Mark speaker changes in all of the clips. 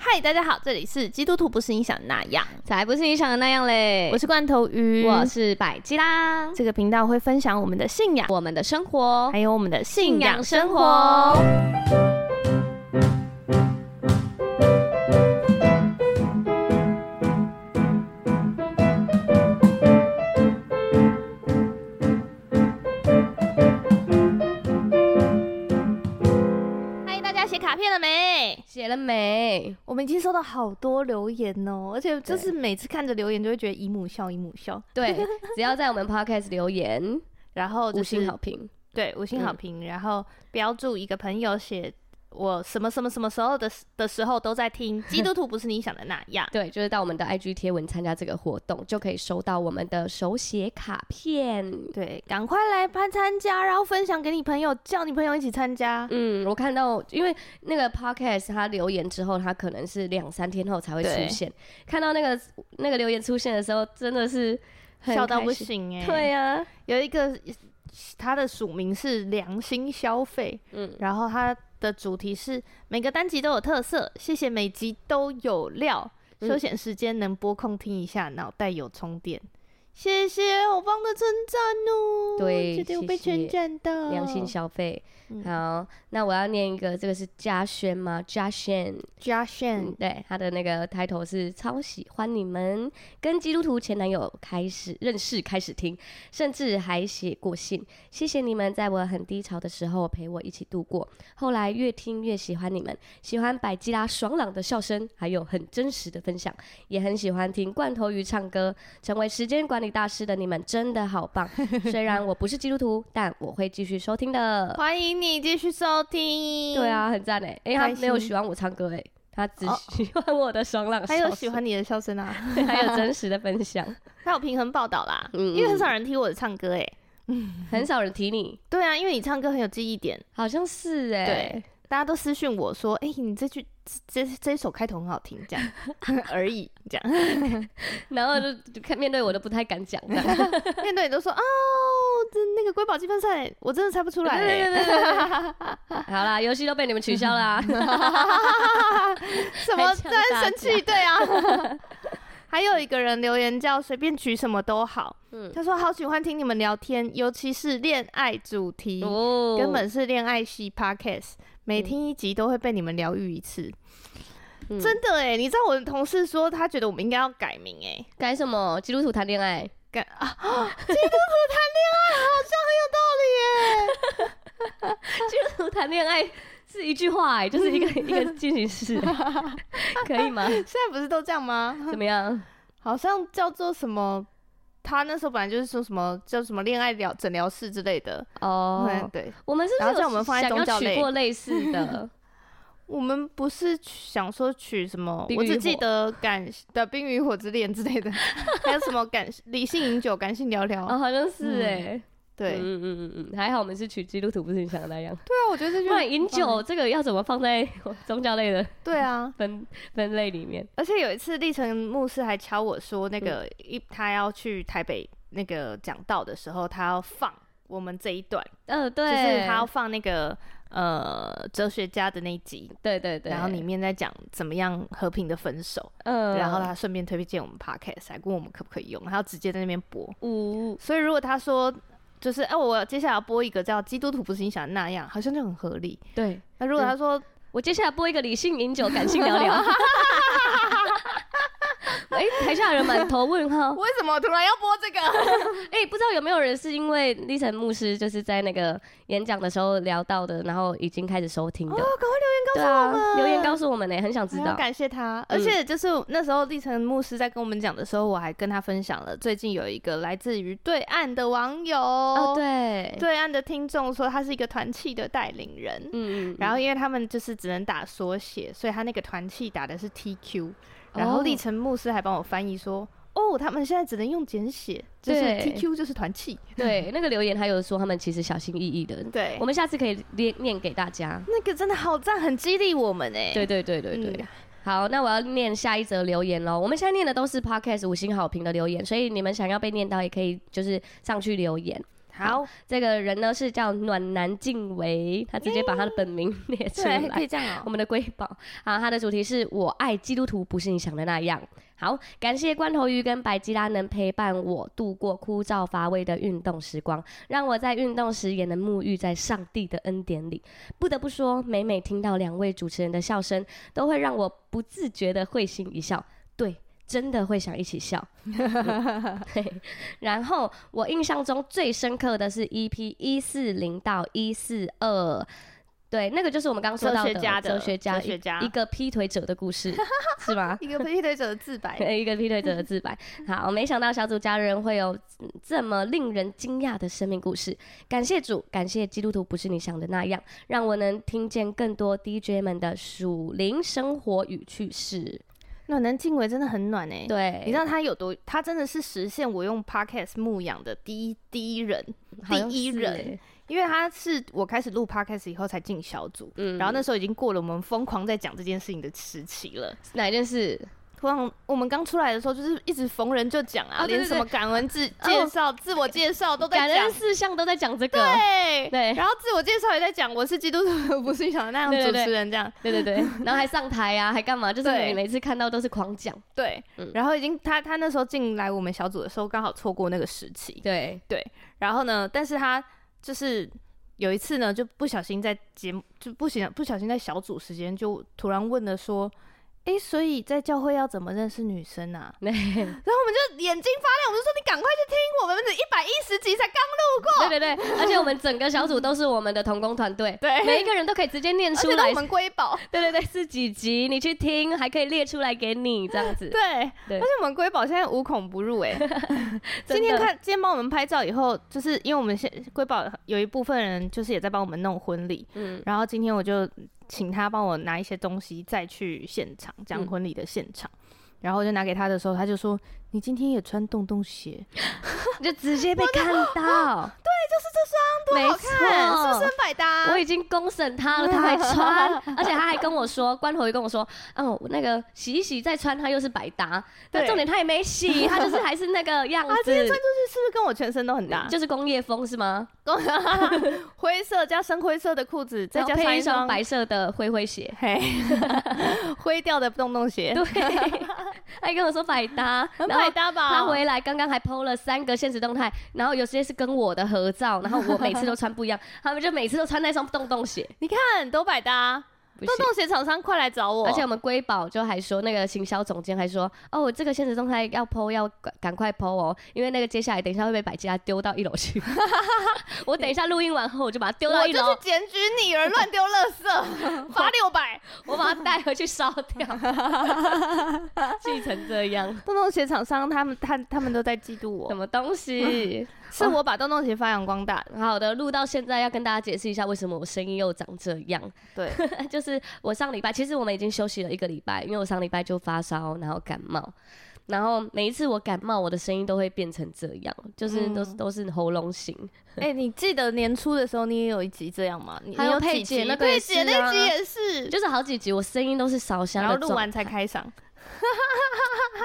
Speaker 1: 嗨，大家好，这里是基督徒不是你想的那样，
Speaker 2: 才不是你想的那样嘞！
Speaker 1: 我是罐头鱼，
Speaker 2: 我是百吉啦，
Speaker 1: 这个频道会分享我们的信仰，
Speaker 2: 我们的生活
Speaker 1: 还有我们的信
Speaker 2: 信
Speaker 1: 仰
Speaker 2: 仰
Speaker 1: 生
Speaker 2: 生
Speaker 1: 活
Speaker 2: 活。。
Speaker 1: 嗨，大家写卡片了没？
Speaker 2: 写 了没？
Speaker 1: 我们已经收到好多留言哦，而且就是
Speaker 2: 对
Speaker 1: 每次看着留言就会觉得姨母笑，姨母笑。
Speaker 2: 对，只要在我们 podcast 留言，
Speaker 1: 然后就
Speaker 2: 五星
Speaker 1: 是
Speaker 2: 好评，
Speaker 1: 对五星好
Speaker 2: 嗯
Speaker 1: 评，然后标注一个朋友写我什么什么什么时候的的时候都在 听，基督徒不是你想的那样。
Speaker 2: 对，就是到我们的 IG 贴文参加这个活动，就可以收到我们的手写卡片。
Speaker 1: 对，赶快来参参加，然后分享给你朋友，叫你朋友一起参加。
Speaker 2: 嗯，我看到，因为那个 podcast 他留言之后，他可能是两三天后才会
Speaker 1: 对
Speaker 2: 出现。看到那个那个留言出现的时候，真的是很
Speaker 1: 笑到
Speaker 2: 开
Speaker 1: 不
Speaker 2: 心。
Speaker 1: 行哎、
Speaker 2: 对、呀、
Speaker 1: 有一个他的署名是良心消费，
Speaker 2: 嗯，
Speaker 1: 然后他的主题是每个单集都有特色，谢谢每集都有料。
Speaker 2: 嗯
Speaker 1: 休闲时间能拨空听一下，脑袋有充电。谢谢，好棒的称赞哦！
Speaker 2: 对
Speaker 1: 觉得我
Speaker 2: 谢
Speaker 1: 被称
Speaker 2: 谢
Speaker 1: 赞到，
Speaker 2: 良心消费。
Speaker 1: 哦嗯
Speaker 2: 好，那我要念一个，这个是嘉轩吗？嘉轩，
Speaker 1: 加
Speaker 2: 嗯
Speaker 1: 炫，，
Speaker 2: 对，他的那个 title 是“超喜欢你们”，跟基督徒前男友开始认识，开始听，甚至还写过信。谢谢你们在我很低潮的时候陪我一起度过。后来越听越喜欢你们，喜欢百吉拉爽朗的笑声，还有很真实的分享，也很喜欢听罐头鱼唱歌。成为时间管理大师的你们真的好棒！虽然我不是基督徒，但我会继续收听的。
Speaker 1: 欢迎你继续收听。
Speaker 2: 对，啊，很赞哎！哎，
Speaker 1: 开
Speaker 2: 他没有
Speaker 1: 心
Speaker 2: 喜欢我唱歌哎，他只
Speaker 1: 哦
Speaker 2: 喜欢我的爽朗笑
Speaker 1: 还
Speaker 2: 声，
Speaker 1: 有喜欢你的笑声啊，
Speaker 2: 对，还有真实的 分享，
Speaker 1: 还有平衡报道啦，
Speaker 2: 嗯
Speaker 1: 因为很少人提我的唱歌哎、
Speaker 2: 很少人提你，
Speaker 1: 对啊，因为你唱歌很有记忆点，
Speaker 2: 好像是哎、
Speaker 1: 对大家都私讯我说，哎、你这句这这这一首开头很好听，这 样而已，这样。
Speaker 2: 然后就就看面对我都不太敢讲，这样
Speaker 1: 面对你都说哦，这那个瑰宝积分赛，我真的猜不 出来、欸。
Speaker 2: 对对 对对好啦，游戏都被你们取消啦，
Speaker 1: 嗯什么
Speaker 2: 还呛
Speaker 1: 真
Speaker 2: 大
Speaker 1: 生气？对啊。还有一个人留言叫随便取什么都好，
Speaker 2: 嗯
Speaker 1: 他说好喜欢听你们聊天，尤其是恋爱主题，
Speaker 2: 哦
Speaker 1: 根本是恋爱系 podcast，每
Speaker 2: 嗯
Speaker 1: 听一集都会被你们疗愈一次。
Speaker 2: 嗯
Speaker 1: 真的哎，你知道我的同事说他觉得我们应该要改名哎，
Speaker 2: 改什么基督徒谈恋爱，
Speaker 1: 改 啊，基督徒谈恋爱好像很有道理耶。
Speaker 2: 基督徒谈恋爱是一句话哎、就是一个 一个进 行式欸、可以吗？
Speaker 1: 现在不是都这样吗？
Speaker 2: 怎么样？
Speaker 1: 好像叫做什么，他那时候本来就是说什么叫什么恋爱疗诊疗室之类的。
Speaker 2: 哦
Speaker 1: 嗯，，对，
Speaker 2: 我们是不
Speaker 1: 然后叫
Speaker 2: 是有
Speaker 1: 我们放在
Speaker 2: 想
Speaker 1: 宗教
Speaker 2: 要取
Speaker 1: 类
Speaker 2: 过 类似的？
Speaker 1: 我们不是取想说取什么，
Speaker 2: 冰
Speaker 1: 我
Speaker 2: 与
Speaker 1: 只记
Speaker 2: 火
Speaker 1: 得感的《冰与火之恋》之类 的，还有什么感理性饮酒，感性聊聊。
Speaker 2: 哦，好像是
Speaker 1: 嗯
Speaker 2: 哎、
Speaker 1: 对，对
Speaker 2: 嗯嗯嗯嗯，还好我们是取基督徒，不是你想的那样。
Speaker 1: 啊，我觉得这
Speaker 2: 不
Speaker 1: 就嗯
Speaker 2: 然饮酒这个要怎么放在 宗教类的
Speaker 1: 对啊，
Speaker 2: 分分类里面？
Speaker 1: 而且有一次，历程牧师还敲我说，那个
Speaker 2: 嗯
Speaker 1: 一、他要去台北那个讲道的时候，他要放我们这一段，
Speaker 2: 呃，
Speaker 1: 就
Speaker 2: 对，
Speaker 1: 是他要放那个呃哲学家的那一集，
Speaker 2: 对对对，
Speaker 1: 然后里面在讲怎么样和平的分手，
Speaker 2: 嗯，
Speaker 1: 然后他顺便推荐我们 podcast，还问我们可不可以用，他要直接在那边播。
Speaker 2: 五
Speaker 1: 所以如果他说就是哎、我接下来要播一个叫《基督徒不是你想的那样》，好像就很合理。
Speaker 2: 对。
Speaker 1: 那如果他说、
Speaker 2: 我接下来播一个理性饮酒，感性 聊聊。哎、台下人满头问号。
Speaker 1: 为什么突然要播这 个，
Speaker 2: 哎、不知道有没有人是因为立成牧师就是在那个演讲的时候聊到的，然后已经开始收听的。
Speaker 1: 哦
Speaker 2: 对啊，留言告诉我嗯们呢、很想知
Speaker 1: 还要
Speaker 2: 道。
Speaker 1: 感谢他，而且就是那时候立成牧师在跟我们讲的时候，我还跟他分享了最近有一个来自于对岸的网友，
Speaker 2: 哦，对，
Speaker 1: 对岸的听众说他是一个团契的带领人。
Speaker 2: 嗯，嗯嗯，
Speaker 1: 然后，因为他们就是只能打缩写，所以他那个团契打的是 TQ。然后
Speaker 2: 哦
Speaker 1: 立成牧师还帮我翻译说：“哦，他们现在只能用简写，就是
Speaker 2: 对
Speaker 1: TQ 就是团契。
Speaker 2: 对，那个留言还有说他们其实小心翼翼的”，
Speaker 1: 对
Speaker 2: 我，们下次可以念念给大家。
Speaker 1: 那个真的好赞，很激励我们哎。
Speaker 2: 对对对对对，
Speaker 1: 嗯
Speaker 2: 好，那我要念下一则留言喽。我们现在念的都是 podcast 五星好评的留言，所以你们想要被念到也可以，就是上去留言。
Speaker 1: 好，
Speaker 2: 这个人呢是叫暖男静维，他直接把他的本名 列出
Speaker 1: 对，可
Speaker 2: 来。
Speaker 1: 以这样
Speaker 2: 我
Speaker 1: 哦、
Speaker 2: 们的瑰宝啊，它的主题是我爱基督徒，不是你想的那样。好，感谢罐头鱼跟白吉拉能陪伴我度过枯燥乏味的运动时光，让我在运动时也能沐浴在上帝的恩典里。不得不说，每每听到两位主持人的笑声，都会让我不自觉的会心一笑。对，真的会想一 起笑。嘿然后我印象中最深刻的是 EP 一四零到一四二，对，那个就是我们刚刚说到
Speaker 1: 哲学家的
Speaker 2: 哲学家
Speaker 1: 哲学家
Speaker 2: 一一个劈腿者的故事，是吧？，
Speaker 1: 一个被推者的自白
Speaker 2: 一个劈腿者的自白。好，没想到小组家人会有嗯这么令人惊讶的生命故事。感谢主，感谢基督徒不是你想的那样，让我能听见更多 DJ 们的属灵生活与趣事。
Speaker 1: 暖男静伟真的很暖哎、
Speaker 2: 对，
Speaker 1: 你知道他有多？他真的是实现我用 podcast 牧养的第一第一人，
Speaker 2: 好像
Speaker 1: 第一
Speaker 2: 是
Speaker 1: 人
Speaker 2: 欸
Speaker 1: 因为他是我开始录 podcast 以后才进小组，
Speaker 2: 嗯
Speaker 1: 然后那时候已经过了我们疯狂在讲这件事情的时期了。
Speaker 2: 哪一件事？
Speaker 1: 突然我们刚出来的时候，就是一直逢人就讲啊，
Speaker 2: 哦对
Speaker 1: 连
Speaker 2: 对
Speaker 1: 什
Speaker 2: 对
Speaker 1: 么感恩自
Speaker 2: 哦
Speaker 1: 介绍、自我介绍都在
Speaker 2: 感
Speaker 1: 讲
Speaker 2: 恩。事项都在讲这个。
Speaker 1: 对
Speaker 2: 对
Speaker 1: 然后自我介绍也在讲我是基督徒，不是你想的那样
Speaker 2: 对对
Speaker 1: 主
Speaker 2: 对
Speaker 1: 持人这样。
Speaker 2: 对 对对，然后还上台啊，还干嘛？就是
Speaker 1: 对
Speaker 2: 你每次看到都是狂讲。
Speaker 1: 对，
Speaker 2: 嗯
Speaker 1: 然后已经他他那时候进来我们小组的时候，刚好错过那个时期。
Speaker 2: 对，
Speaker 1: 然后呢，但是他就是有一次呢，就不小心在节目就不行不小心在小组时间就突然问了说。诶，所以在教会要怎么认识女生啊？
Speaker 2: 对对
Speaker 1: 然后我们就眼睛发亮，我们就说你赶快去听我们的一百一十集才刚录过，
Speaker 2: 对对，而且我们整个小组都是我们的童工团队，
Speaker 1: 对
Speaker 2: 每一个人都可以直接念
Speaker 1: 而
Speaker 2: 出
Speaker 1: 且都
Speaker 2: 来
Speaker 1: 我。们瑰宝，
Speaker 2: 对对对，是几集，你去听，还可以列出来给你这样子。
Speaker 1: 对，
Speaker 2: 对
Speaker 1: 而且我们瑰宝现在无孔不 入哎、
Speaker 2: 真的
Speaker 1: 今天看今天帮我们拍照以后，就是因为我们现瑰宝有一部分人就是也在帮我们弄婚礼，
Speaker 2: 嗯，
Speaker 1: 然后今天我就请他帮我拿一些东西再去现场讲
Speaker 2: 嗯
Speaker 1: 婚礼的现场。然后我就拿给他的时候，他就说：“你今天也穿洞洞鞋，
Speaker 2: 就直接被看到。
Speaker 1: 好
Speaker 2: 对，就是这
Speaker 1: 看，
Speaker 2: 双，
Speaker 1: 是不是很百搭？”
Speaker 2: 我已经公审他了，他还穿，而且他还跟我说，关头也跟我说，哦，我那个洗一洗再穿，他又是百搭。但
Speaker 1: 对
Speaker 2: 重点他也没洗，他就是还是那个样
Speaker 1: 啊，今天
Speaker 2: 子
Speaker 1: 穿，出去是不是跟我全身都很搭？
Speaker 2: 就是 工业风是吗？
Speaker 1: 灰色加深灰色的裤子，再
Speaker 2: 然后
Speaker 1: 加上
Speaker 2: 配一
Speaker 1: 一
Speaker 2: 双
Speaker 1: 双
Speaker 2: 白色的灰灰鞋。
Speaker 1: 嘿灰掉的洞洞鞋，
Speaker 2: 对，他还跟我说百搭，
Speaker 1: 很
Speaker 2: 然后
Speaker 1: 百搭吧？
Speaker 2: 他回来刚刚还 PO 了三个现实动态，然后有些是跟我的合照，然后我每次都穿不一样，他们就每次都穿那双洞洞 鞋，
Speaker 1: 你看都百搭，
Speaker 2: 不
Speaker 1: 洞
Speaker 2: 行。
Speaker 1: 洞鞋厂商快来找我。
Speaker 2: 而且我们瑰宝就还说，那个行销总监还说，哦，我这个现实动态要 PO，要赶赶快 PO 哦，因为那个接下来等一下会被百家丢到一楼去。我等一下录音完 后，我就把它丢到
Speaker 1: 我
Speaker 2: 一
Speaker 1: 就
Speaker 2: 楼
Speaker 1: 去，检举你了，乱丢垃 圾，罚六百。
Speaker 2: 我把它带回去烧掉， 气成这样，
Speaker 1: 洞洞鞋厂商他们他他们都在嫉妒
Speaker 2: 什
Speaker 1: 我，
Speaker 2: 么东西？
Speaker 1: 是
Speaker 2: 哦
Speaker 1: 我把洞洞鞋发扬光大 的。
Speaker 2: 好的，录到现在要跟大家解释一下，为什么我声音又长这样。
Speaker 1: 对，
Speaker 2: 就是我上礼拜，其实我们已经休息了一个礼拜，因为我上礼拜就发烧，然后感冒，然后每一次我感冒，我的声音都会变成这样，就是都是、
Speaker 1: 嗯
Speaker 2: 都是喉咙型。
Speaker 1: 哎，你记得年初的时候你也有一集这样吗？你
Speaker 2: 还
Speaker 1: 你
Speaker 2: 有
Speaker 1: 有
Speaker 2: 佩
Speaker 1: 几
Speaker 2: 姐
Speaker 1: 集
Speaker 2: 那个也
Speaker 1: 佩
Speaker 2: 是
Speaker 1: 姐那
Speaker 2: 啊
Speaker 1: 集也是，
Speaker 2: 就是好几集我声音都是烧香
Speaker 1: 然后
Speaker 2: 的
Speaker 1: 录
Speaker 2: 状
Speaker 1: 完才开嗓。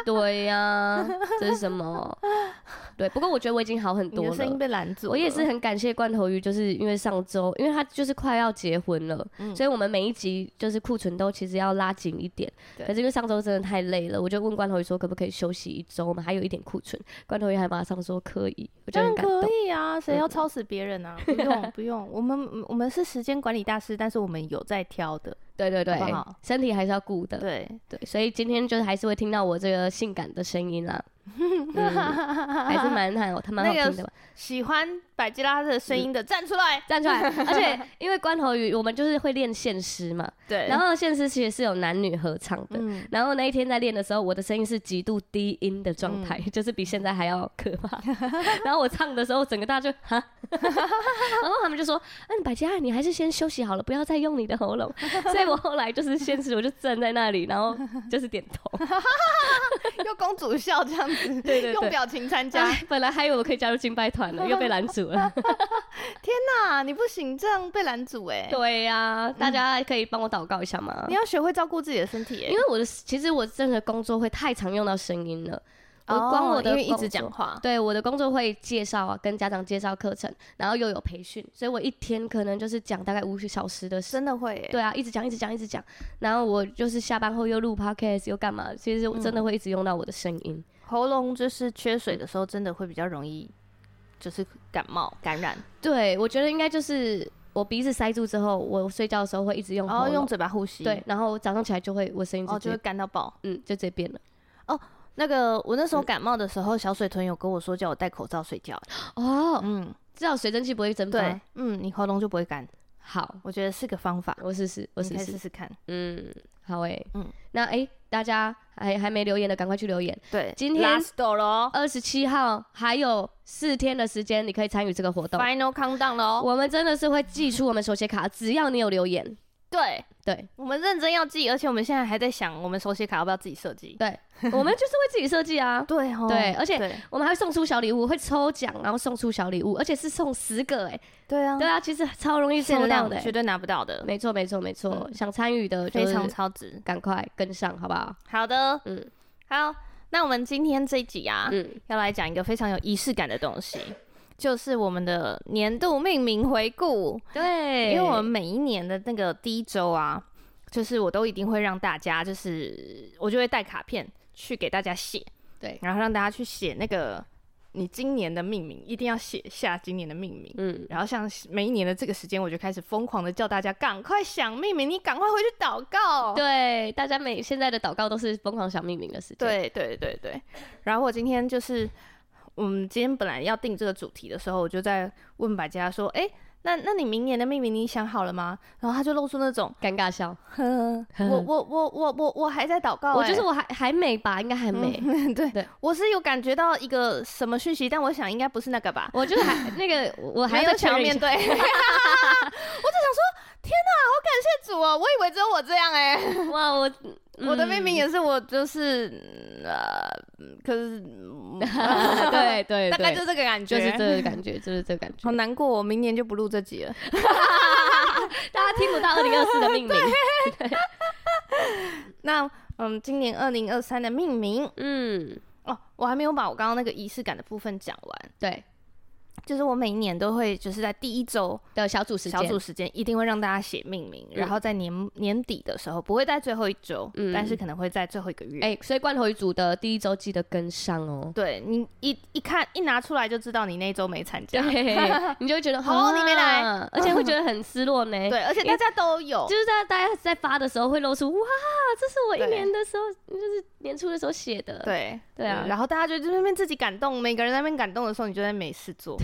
Speaker 2: 对呀、啊这是什么？对，不过我觉得我已经好很
Speaker 1: 你
Speaker 2: 多
Speaker 1: 的声音
Speaker 2: 了。
Speaker 1: 被拦住了，
Speaker 2: 我也是很感谢罐头鱼，就是因为上周，因为他就是快要结婚了，
Speaker 1: 嗯
Speaker 2: 所以我们每一集就是库存都其实要拉紧一点。
Speaker 1: 对
Speaker 2: 可是因为上周真的太累了，我就问罐头鱼说可不可以休息一周，我们还有一点库存。罐头鱼还马上说可以，我就
Speaker 1: 当然
Speaker 2: 很感动嗯
Speaker 1: 可。以啊，谁要超死别人啊？不用不用，我们我们是时间管理大师，但是我们有在挑的。
Speaker 2: 对对对
Speaker 1: 好不好，
Speaker 2: 身体还是要顾的。
Speaker 1: 对，
Speaker 2: 对，所以今天就是还是会听到我这个性感的声 音啦，嗯、还是蛮好，他蛮好
Speaker 1: 那个
Speaker 2: 听的吧。
Speaker 1: 喜欢百吉拉的声音的站出来。
Speaker 2: 站出来，而且因为关头鱼，我们就是会练现实嘛，
Speaker 1: 对
Speaker 2: 然后现实其实是有男女合唱的。
Speaker 1: 嗯，
Speaker 2: 然后那一天在练的时候，我的声音是极度低音的状态，就是比现在还要可怕。 然后我唱的时候，整个大家就哈， 然后他们就说：“嗯、你百佳，你还是先休息好了，不要再用你的喉咙。”所以我后来就是现实，我就站在那里，然后就是点 头。
Speaker 1: 又公主笑这样子，
Speaker 2: 对对
Speaker 1: 用
Speaker 2: 对。
Speaker 1: 表情参加。
Speaker 2: 哎本来还以为我可以加入敬拜团了，又被拦阻了。
Speaker 1: 那你不行，这样被拦阻哎。
Speaker 2: 对呀、大家可以帮我祷告一下吗
Speaker 1: 你？要学会照顾自己的身体哎
Speaker 2: 哦因。为我的其实我真的工作会太常用到声音了，我光我的
Speaker 1: 因为一
Speaker 2: 工
Speaker 1: 直
Speaker 2: 作
Speaker 1: 讲话，
Speaker 2: 对我的工作会介绍啊，跟家长介绍课程，然后又有培训，所以我一天可能就是讲大概五个小时的时。
Speaker 1: 真的会耶。
Speaker 2: 对啊，一直讲，一直讲，一直讲。然后我就是下班后又录 podcast，又干嘛？其实我
Speaker 1: 嗯
Speaker 2: 真的会一直用到我的声音。
Speaker 1: 喉咙就是缺水的时候，真的会比较容易，就是感冒感染，
Speaker 2: 对，我觉得应该就是我鼻子塞住之后，我睡觉的时候会一直用
Speaker 1: 然
Speaker 2: 喉
Speaker 1: 后哦
Speaker 2: 咙。
Speaker 1: 用嘴巴呼吸，
Speaker 2: 对，，然后早上起来就会我声音
Speaker 1: 哦就
Speaker 2: 直接、
Speaker 1: 会干到爆。
Speaker 2: 嗯就直接变了。
Speaker 1: 那个我那时候感冒的时候，小水豚有跟我说叫我戴口罩睡觉，
Speaker 2: 哦，
Speaker 1: 嗯，
Speaker 2: 至少水蒸气不会蒸
Speaker 1: 对
Speaker 2: 发。，
Speaker 1: 嗯，你喉咙就不会干，
Speaker 2: 好，
Speaker 1: 我觉得是个方法，
Speaker 2: 我试试，我
Speaker 1: 你
Speaker 2: 试
Speaker 1: 可以
Speaker 2: 试
Speaker 1: 试。试看。
Speaker 2: 嗯，好诶、
Speaker 1: 嗯
Speaker 2: 那诶、大家还还没留言的，赶快去留言。
Speaker 1: 对，
Speaker 2: 今天
Speaker 1: last door 咯
Speaker 2: 二十七号还有四天的时间，你可以参与这个活动。
Speaker 1: ，final countdown 咯，
Speaker 2: 我们真的是会寄出我们手写卡，只要你有留言。
Speaker 1: 对。
Speaker 2: 对
Speaker 1: 我们认真要记，而且我们现在还在想，我们手写卡要不要自己设计？
Speaker 2: 对，我们就是会自己设计啊。
Speaker 1: 对哦
Speaker 2: 对而且
Speaker 1: 对
Speaker 2: 我们还会送出小礼物，会抽奖，然后送出小礼物，而且是送十个哎、
Speaker 1: 对啊
Speaker 2: 对，啊，其实超容易抽
Speaker 1: 限
Speaker 2: 到
Speaker 1: 量
Speaker 2: 的、
Speaker 1: 绝
Speaker 2: 欸。
Speaker 1: 对拿不到的，嗯
Speaker 2: 没错，没错，没错。想参与的就
Speaker 1: 非
Speaker 2: 是
Speaker 1: 常超值。
Speaker 2: 赶快跟上，好不好？
Speaker 1: 好的，
Speaker 2: 嗯
Speaker 1: 好，那我们今天这一集啊，
Speaker 2: 嗯，
Speaker 1: 要来讲一个非常有仪式感的东西，就是我们的年度命名回顾。因
Speaker 2: 对，
Speaker 1: 为我们每一年的那个第一周啊，就是我都一定会让大家，就是我就会带卡片去给大家写，
Speaker 2: 对
Speaker 1: 然后让大家去写那个你今年的命名，一定要写下今年的命名。
Speaker 2: 嗯，
Speaker 1: 然后像每一年的这个时间，我就开始疯狂的叫大家赶快想命名，你赶快回去祷告。
Speaker 2: 对，大家每现在的祷告都是疯狂想命名的时间。，
Speaker 1: 对对对对。然后我今天就是，我们今天本来要定这个主题的时候，我就在问百家说：“诶，那那你明年的命名你想好了吗？”然后他就露出那 种，
Speaker 2: 尴尬笑。
Speaker 1: 呵， 我我我我我我还在祷告、
Speaker 2: 我就是
Speaker 1: 诶
Speaker 2: 我还还美吧，应该还美。
Speaker 1: 对
Speaker 2: 对
Speaker 1: 我是有感觉到一个什么讯息，但我想应该不是那个吧。
Speaker 2: 我就是 还那个，我我还
Speaker 1: 没
Speaker 2: 要
Speaker 1: 有
Speaker 2: 再确
Speaker 1: 想要
Speaker 2: 认一
Speaker 1: 面
Speaker 2: 下。
Speaker 1: 对，我 就想说，天哪，好感谢主哦！我以为只有我这样诶。
Speaker 2: 哇， 我
Speaker 1: 我的
Speaker 2: 嗯
Speaker 1: 命名也是我就是嗯呃，可是嗯
Speaker 2: 啊对对
Speaker 1: 大概
Speaker 2: 对
Speaker 1: 就，这个感觉，
Speaker 2: 就是这个感觉，就是这个感觉
Speaker 1: 好。难过、我明年就不录这集了。
Speaker 2: 大家听不 到二零二四的命名，
Speaker 1: 那嗯，今年二零二三的命名
Speaker 2: 嗯，
Speaker 1: 哦，我还没有把我刚刚那个仪式感的部分讲完。
Speaker 2: 对
Speaker 1: 就是我每一年都会，就是在第一周
Speaker 2: 的小组时
Speaker 1: 小
Speaker 2: 间
Speaker 1: 组，时间一定会让大家写命名，
Speaker 2: 嗯
Speaker 1: 然后在年年底的时候不会在最后一周，
Speaker 2: 嗯
Speaker 1: 但是可能会在最后一个月。
Speaker 2: 哎，所以罐头鱼组的第一周记得跟上哦。
Speaker 1: 对你一一看一拿出来就知道你那一周没参加，
Speaker 2: 对， 你就会觉得
Speaker 1: 好你没来
Speaker 2: 啊而且会觉得很失 落呢。
Speaker 1: 对，而且大家都有
Speaker 2: 就，是大家大家在发的时候会露出哇，这是我
Speaker 1: 对
Speaker 2: 一年的时候，就是年初的时候写的。
Speaker 1: 对
Speaker 2: 对啊
Speaker 1: 嗯然后大家就在那边自己感动，每个人在那边感动的时候，你就在没事做，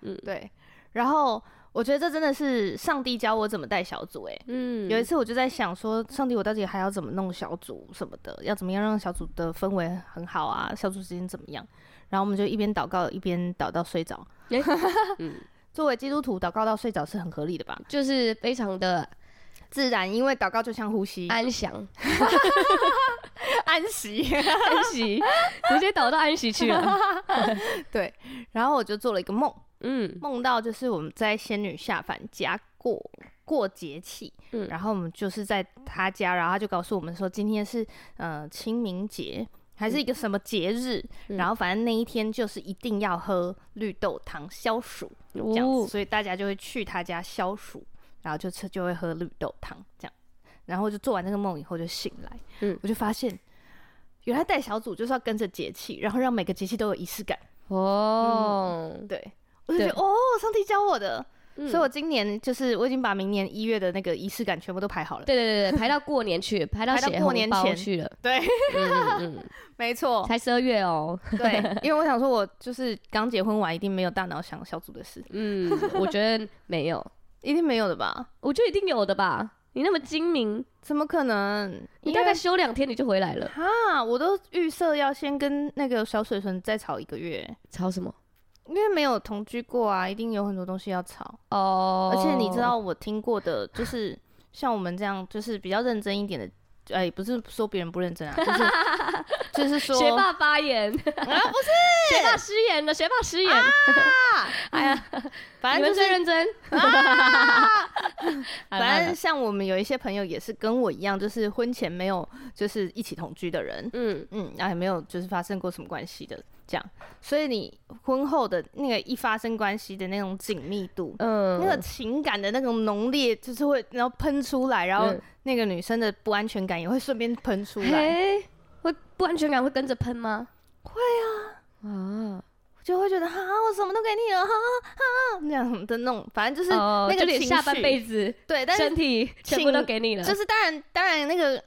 Speaker 2: 嗯
Speaker 1: 对。然后我觉得这真的是上帝教我怎么带小组、欸，
Speaker 2: 嗯，
Speaker 1: 有一次我就在想说，上帝，我到底还要怎么弄小组什么的，要怎么样让小组的氛围很好啊？小组之间怎么样？然后我们就一边祷告一边祷到睡着。
Speaker 2: 嗯
Speaker 1: 作为基督徒，祷告到睡着是很合理的吧？
Speaker 2: 就是非常的
Speaker 1: 自然，因为祷告就像呼吸，
Speaker 2: 安详，
Speaker 1: 安息。
Speaker 2: 安息，直接倒到安息去了。
Speaker 1: 对，然后我就做了一个梦，
Speaker 2: 嗯，
Speaker 1: 梦到就是我们在仙女下凡家过过节气，
Speaker 2: 嗯
Speaker 1: 然后我们就是在她家，然后她就告诉我们说今天是呃清明节。还是一个什么节日，
Speaker 2: 嗯
Speaker 1: 然后反正那一天就是一定要喝绿豆汤消暑，这样子，
Speaker 2: 哦，
Speaker 1: 所以大家就会去她家消暑，然后就吃就会喝绿豆汤这样，然后就做完那个梦以后就醒来，
Speaker 2: 嗯
Speaker 1: 我就发现原来带小组就是要跟着节气，然后让每个节气都有仪式感，
Speaker 2: 哦，
Speaker 1: 对我就觉得
Speaker 2: 对
Speaker 1: 哦，上帝教我的，
Speaker 2: 嗯
Speaker 1: 所以我今年就是我已经把明年一月的那个仪式感全部都排好了。
Speaker 2: 对对对 对，排到过年去，排到
Speaker 1: 排到
Speaker 2: 写
Speaker 1: 过
Speaker 2: 红
Speaker 1: 年
Speaker 2: 包
Speaker 1: 前
Speaker 2: 去了。
Speaker 1: 对，
Speaker 2: 嗯嗯
Speaker 1: 没
Speaker 2: 嗯，
Speaker 1: 错，
Speaker 2: 才十二月哦。
Speaker 1: 对，因为我想说，我就是刚结婚完，一定没有大脑想小组的事，
Speaker 2: 嗯，我觉得没有，
Speaker 1: 一定没有的吧？
Speaker 2: 我觉得一定有的吧。你那么精明，
Speaker 1: 怎么可能？
Speaker 2: 你
Speaker 1: 因
Speaker 2: 大概
Speaker 1: 为
Speaker 2: 休两天你就回来了。
Speaker 1: 哈，我都预设要先跟那个小水豚再吵一个月，
Speaker 2: 吵什么？
Speaker 1: 因为没有同居过啊，一定有很多东西要吵。
Speaker 2: 哦，
Speaker 1: 而且你知道我听过的，就是 像我们这样，就是比较认真一点的，哎、不是说别人不认真啊，就是就是说
Speaker 2: 学霸发言，
Speaker 1: 啊，不是，
Speaker 2: 学霸失言了，学霸失言。哎呀，
Speaker 1: 反
Speaker 2: 你
Speaker 1: 正啊
Speaker 2: 们
Speaker 1: 就
Speaker 2: 最
Speaker 1: 是啊
Speaker 2: 认真。 好了好
Speaker 1: 反
Speaker 2: 了
Speaker 1: 正像我们有一些朋友也是跟我一样，就是婚前没有就是一起同居的人，
Speaker 2: 嗯，
Speaker 1: 嗯，然后也没有就是发生过什么关系的这样，所以你婚后的那个一发生关系的那种紧密度，
Speaker 2: 嗯，
Speaker 1: 那个情感的那种浓烈，就是会然后喷出来，然后
Speaker 2: 嗯
Speaker 1: 那个女生的不安全感也会顺便喷出来，
Speaker 2: 嘿，会不安全感会跟着喷吗？会啊。
Speaker 1: 就会觉得哈，我什么都给你了，哈哈，那样的那种，反正就是
Speaker 2: 啊，哦，
Speaker 1: 那
Speaker 2: 就
Speaker 1: 个
Speaker 2: 连
Speaker 1: 情
Speaker 2: 下半
Speaker 1: 绪
Speaker 2: 辈子、
Speaker 1: 对，但是
Speaker 2: 身体全部
Speaker 1: 情
Speaker 2: 都给你了，
Speaker 1: 就是当然当然那个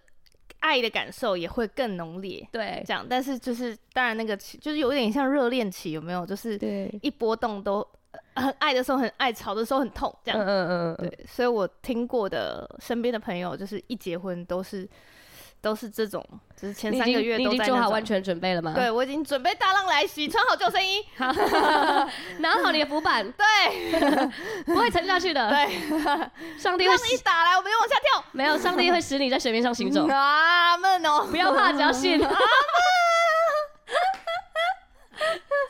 Speaker 1: 爱的感受也会更浓烈，
Speaker 2: 对
Speaker 1: 这样，但是就是当然那个期就是有点像热恋期，有没有？就是
Speaker 2: 对，
Speaker 1: 一波动都呃很爱的时候很爱，吵的时候很痛，这
Speaker 2: 嗯
Speaker 1: 样。
Speaker 2: 嗯嗯嗯，
Speaker 1: 对，所以我听过的身边的朋友，就是一结婚都是都是这种，就是前
Speaker 2: 你已
Speaker 1: 三个
Speaker 2: 经
Speaker 1: 月
Speaker 2: 你已
Speaker 1: 都
Speaker 2: 经
Speaker 1: 在
Speaker 2: 做
Speaker 1: 那
Speaker 2: 好
Speaker 1: 种
Speaker 2: 完全准备了吗？，
Speaker 1: 对我已经准备大浪来袭，穿好救生 衣，
Speaker 2: 好，拿好你的浮 板，
Speaker 1: 对
Speaker 2: 不会沉下去的。
Speaker 1: 对，
Speaker 2: 上帝会
Speaker 1: 浪一打来，我们就往下跳。
Speaker 2: 没有，上帝会使你在水面上行走，
Speaker 1: 啊，闷哦，
Speaker 2: 不要怕，只要信。
Speaker 1: 嗯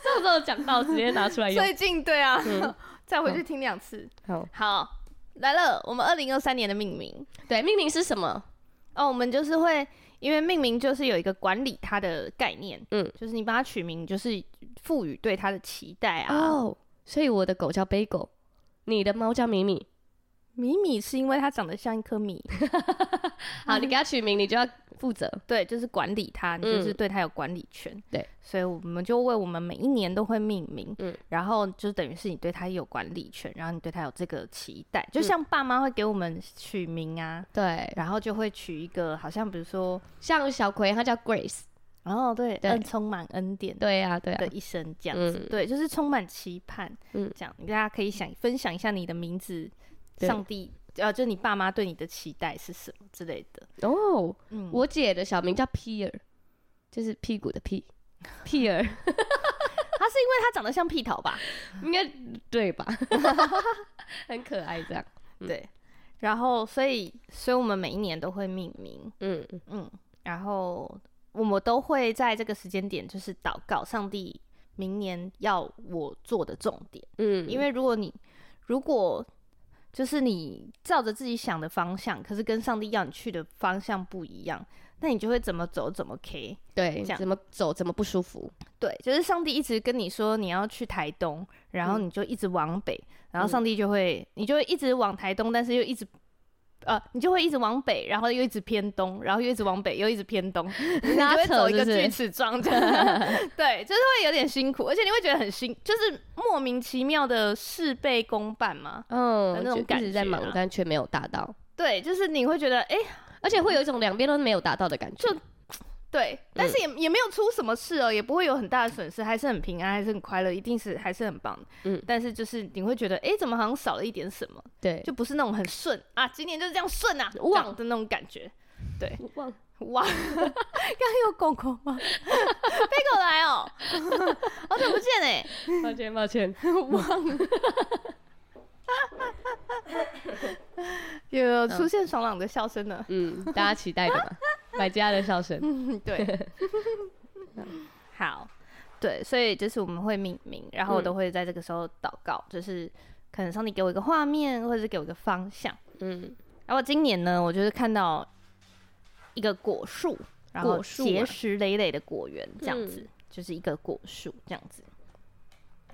Speaker 2: 上周有讲到，直接拿出来用。
Speaker 1: 最近对啊，
Speaker 2: 嗯
Speaker 1: 再回去听两次。
Speaker 2: 好，
Speaker 1: 好，来了，我们二零二三年的命名
Speaker 2: 对，命名是什么？
Speaker 1: 哦，我们就是会，因为命名就是有一个管理它的概念，
Speaker 2: 嗯
Speaker 1: 嗯，就是你帮它取名，就是赋予对它的期待啊。
Speaker 2: 哦，所以我的狗叫背狗，你的猫叫米米。
Speaker 1: 米米是因为它长得像一颗米，
Speaker 2: 好，你给它取名，你就要负责。
Speaker 1: 对，就是管理它，你就是
Speaker 2: 嗯
Speaker 1: 对它有管理权，
Speaker 2: 对，
Speaker 1: 所以我们就为我们每一年都会命名，
Speaker 2: 嗯
Speaker 1: 嗯，然后就等于是你对它有管理权，然后你对它有这个期待，就像爸妈会给我们取名啊，
Speaker 2: 嗯对，
Speaker 1: 然后就会取一个好像比如说，
Speaker 2: 像小葵，它叫 Grace。
Speaker 1: 然后对，
Speaker 2: 对
Speaker 1: 嗯，充满恩典，
Speaker 2: 对呀、对呀、啊
Speaker 1: 的一生这样子，
Speaker 2: 嗯
Speaker 1: 对，就是充满期盼，
Speaker 2: 嗯
Speaker 1: 嗯，这样大家可以想分享一下你的名字，
Speaker 2: 对
Speaker 1: 上帝，呃，就你爸妈对你的期待是什么之类的，
Speaker 2: 哦，
Speaker 1: 嗯，
Speaker 2: 我姐的小名叫 Pier，就是屁股的 屁。Pier
Speaker 1: 他是因为他长得像屁桃吧，
Speaker 2: 应该对吧？ 很可爱这样。嗯
Speaker 1: 对，然后所以所以我们每一年都会命名，
Speaker 2: 嗯，
Speaker 1: 嗯，然后我们都会在这个时间点就是祷告上帝。明年要我做的重点，
Speaker 2: 嗯，
Speaker 1: 因为如果你如果就是你照着自己想的方向，可是跟上帝要你去的方向不一样，那你就会怎么走怎么 K。
Speaker 2: 对，
Speaker 1: 这样
Speaker 2: 怎么走怎么不舒服。
Speaker 1: 对，就是上帝一直跟你说你要去台东，然后
Speaker 2: 嗯
Speaker 1: 你就一直往北，然后
Speaker 2: 嗯
Speaker 1: 上帝就会你就会一直往台东，但是又一直。呃，你就会一直往北，然后又一直偏东，然后又一直往北，又一直偏东，你就
Speaker 2: 拉
Speaker 1: 会
Speaker 2: 扯
Speaker 1: 走一个
Speaker 2: 是不是
Speaker 1: 锯齿状 这样。 对，就是会有点辛苦，而且你会觉得很辛，就是莫名其妙的事倍功半嘛。
Speaker 2: 嗯，
Speaker 1: 的那种
Speaker 2: 就
Speaker 1: 感
Speaker 2: 一直在
Speaker 1: 觉
Speaker 2: 忙，
Speaker 1: 啊
Speaker 2: 但却没有达到，
Speaker 1: 对，就是你会觉得，哎、
Speaker 2: 而且会有一种两边都没有达到的感觉。
Speaker 1: 就对，但是也、也没有出什么事哦，也不会有很大的损失，还是很平安，还是很快乐，一定是还是很棒的。
Speaker 2: 嗯
Speaker 1: 嗯，但是就是你会觉得，哎、怎么好像少了一点什么，
Speaker 2: 对，
Speaker 1: 就不是那种很顺啊，今年就是这样顺啊，
Speaker 2: 哇
Speaker 1: 哇的那种感觉。
Speaker 2: 忘
Speaker 1: 哇， 刚刚有狗狗吗？ 飞狗来哦， 好久不见哎、
Speaker 2: 抱歉抱歉，
Speaker 1: 有出现爽朗的笑声了。
Speaker 2: 嗯，大家期待的嘛，百家的笑声。
Speaker 1: 嗯，对， 好，对，所以就是我们会命名，然后我
Speaker 2: 嗯
Speaker 1: 都会在这个时候祷告，就是可能上帝给我一个画面，或者是给我一个方向。
Speaker 2: 嗯，
Speaker 1: 然后今年呢，我就是看到一个果树，然后
Speaker 2: 果树啊
Speaker 1: 结实累累的果园，这样
Speaker 2: 嗯
Speaker 1: 子，就是一个果树这样子。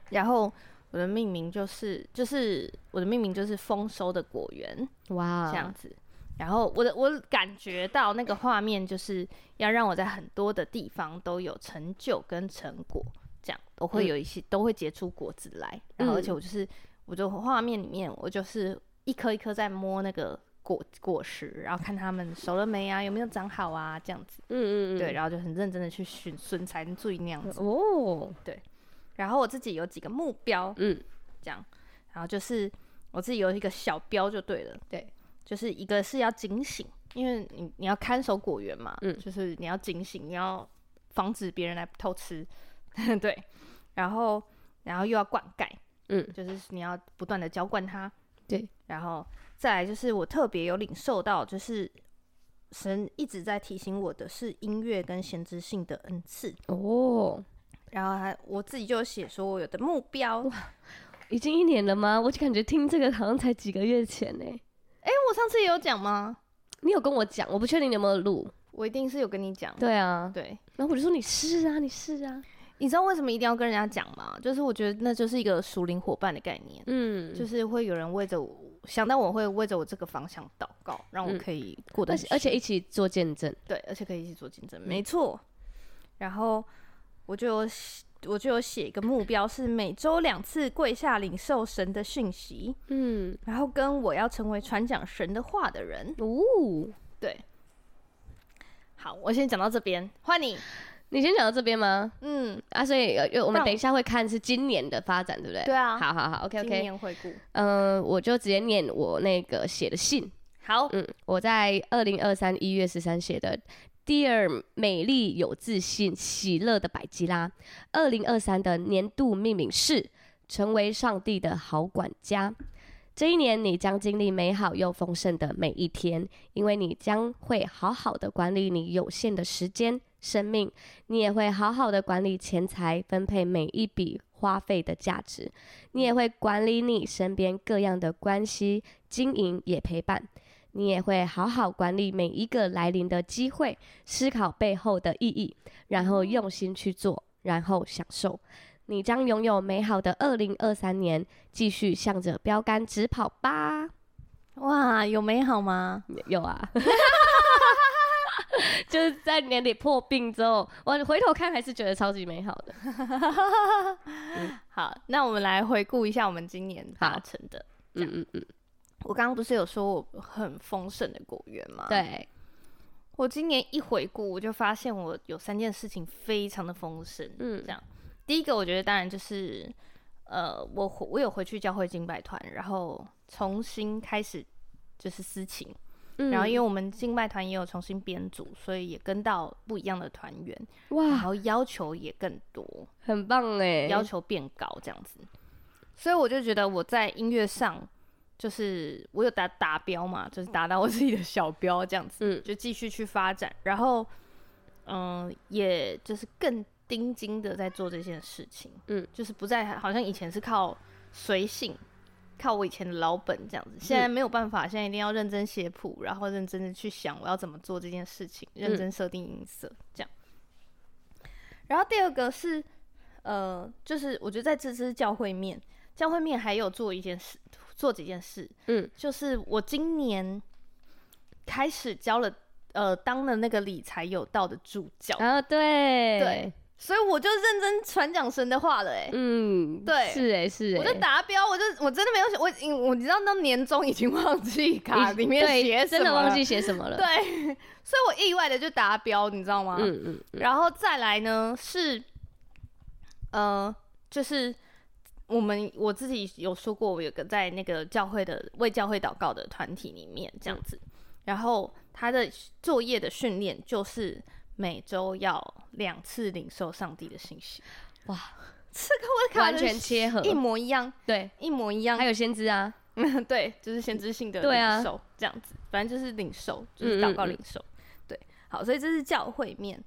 Speaker 1: 然后我的命名就是，就是我的命名就是丰收的果园。这样
Speaker 2: 哇，哦
Speaker 1: 子。然后我的我感觉到那个画面就是要让我在很多的地方都有成就跟成果，这样我会
Speaker 2: 嗯
Speaker 1: 有一些、都会结出果子来，然后而且
Speaker 2: 嗯
Speaker 1: 我就是我就画面里面我就是一颗一颗在摸那个果果实，然后看它们熟了没啊，有没有长好啊，这样子，
Speaker 2: 嗯嗯嗯，
Speaker 1: 对，然后就很认真的去寻寻才能注意那样子。
Speaker 2: 哦，
Speaker 1: 然后我自己有几个目标，
Speaker 2: 嗯，
Speaker 1: 这样，然后就是我自己有一个小标就对了，
Speaker 2: 对，
Speaker 1: 就是一个是要警醒，因为你你要看守果园嘛，
Speaker 2: 嗯
Speaker 1: 就是你要警醒，你要防止别人来偷吃， 对，然后然后又要灌溉，
Speaker 2: 嗯
Speaker 1: 就是你要不断的浇灌它，
Speaker 2: 对，
Speaker 1: 然后再来就是我特别有领受到，就是神一直在提醒我的是音乐跟先知性的恩赐。
Speaker 2: 哦，
Speaker 1: 然后还我自己就有写说我有的目标，
Speaker 2: 已经一年了吗？我就感觉听这个好像才几个月前呢、
Speaker 1: 哎，我上次也有讲吗？
Speaker 2: 你有跟我讲，我不确定你有没有录。
Speaker 1: 我一定是有跟你讲。
Speaker 2: 对啊，
Speaker 1: 对，
Speaker 2: 然后我就说你是啊，你是啊，
Speaker 1: 你知道为什么一定要跟人家讲吗？就是我觉得那就是一个属灵伙伴的概念，
Speaker 2: 嗯，
Speaker 1: 就是是会有人为着我想到我会为着我这个方向祷告，让我
Speaker 2: 嗯
Speaker 1: 可以过得
Speaker 2: 而
Speaker 1: 很
Speaker 2: 且
Speaker 1: 顺、
Speaker 2: 而且一嗯起做见证，
Speaker 1: 对，而且可以一起做竞争，没错。然后我就有写我就有写一个目标，是每周两次跪下领受神的讯息，
Speaker 2: 嗯，
Speaker 1: 然后跟我要成为传讲神的话的人。
Speaker 2: 哦，
Speaker 1: 对，好，我先讲到这边，换你。
Speaker 2: 你先讲到这边吗？
Speaker 1: 嗯，
Speaker 2: 啊，所以呃，呃我
Speaker 1: 那
Speaker 2: 们
Speaker 1: 我
Speaker 2: 等一下会看是今年的发展，对不对？
Speaker 1: 对啊，
Speaker 2: 好好好，OK
Speaker 1: 今
Speaker 2: OK，
Speaker 1: 年回顾。
Speaker 2: 嗯、呃我就直接念我那个写的信，
Speaker 1: 好，
Speaker 2: 嗯，我在二零二三一月十三写的。Dear 美丽有自信、喜乐的百吉拉，二零二三的年度命名是成为上帝的好管家。这一年，你将经历美好又丰盛的每一天，因为你将会好好的管理你有限的时间、生命，你也会好好的管理钱财，分配每一笔花费的价值，你也会管理你身边各样的关系，经营也陪伴。你也会好好管理每一个来临的机会，思考背后的意义，然
Speaker 1: 嗯
Speaker 2: 后用心去做，然后享受。你将拥有美好的二零二三年，继续向着标杆直跑吧！
Speaker 1: 哇，有美好吗？
Speaker 2: 有啊， 就是在年底破病之后，我回头看还是觉得超级美好的。
Speaker 1: 好，那我们来回顾一下我们今年达
Speaker 2: 好
Speaker 1: 成的。
Speaker 2: 嗯嗯嗯，
Speaker 1: 我刚刚不是有说我很丰盛的果园吗？。
Speaker 2: 对，
Speaker 1: 我今年一回顾，我就发现我有三件事情非常的丰盛。
Speaker 2: 嗯
Speaker 1: 这样，第一个我觉得当然就是，呃，我回我有回去教会敬拜团，然后重新开始就是私情，
Speaker 2: 嗯
Speaker 1: 然后因为我们敬拜团也有重新编组，所以也跟到不一样的团员，然
Speaker 2: 哇，
Speaker 1: 后要求也更多，
Speaker 2: 很棒哎，
Speaker 1: 要求变高这样子，所以我就觉得我在音乐上。就是我有达达标嘛，就是达到我自己的小标这样子。
Speaker 2: 嗯
Speaker 1: 就继续去发展，然后，嗯、也就是更盯紧的在做这件事情，
Speaker 2: 嗯，
Speaker 1: 就是不再好像以前是靠随性，靠我以前的老本这样子，现在没有办法，现在一定要认真写谱，然后认真的去想我要怎么做这件事情，认真设定音色、这样。然后第二个是，呃，就是我觉得在这支教会面，教会面还有做一件事，做几件事，
Speaker 2: 嗯，
Speaker 1: 就是我今年开始教了，呃，当了那个理财有道的助教，
Speaker 2: 然后啊对
Speaker 1: 对，所以我就认真传讲神的话了、欸，
Speaker 2: 嗯，
Speaker 1: 对
Speaker 2: 是哎是哎，
Speaker 1: 我就达标，我就我真的没有写，我已经我你知道到年终已经忘记卡
Speaker 2: 已
Speaker 1: 里面
Speaker 2: 对
Speaker 1: 写什么
Speaker 2: 真的忘
Speaker 1: 了
Speaker 2: 记写什么了。
Speaker 1: 对，啊 所以我意外的就达标，你知道吗？
Speaker 2: 嗯嗯嗯，
Speaker 1: 然后再来呢是，呃，就是我们我自己有说过，我有个在那个教会的为教会祷告的团体里面这
Speaker 2: 嗯
Speaker 1: 样子，然后他的作业的训练就是每周要两次领受上帝的信息，
Speaker 2: 哇，
Speaker 1: 这个我卡
Speaker 2: 完
Speaker 1: 得
Speaker 2: 全切合，
Speaker 1: 一模一样，
Speaker 2: 对，
Speaker 1: 一模一样
Speaker 2: 还，有先知啊，
Speaker 1: 对，就是先知性的
Speaker 2: 对啊
Speaker 1: 领受、这样子，反正就是领受，就是祷告
Speaker 2: 嗯嗯嗯
Speaker 1: 领受。对，好，所以这是教会面，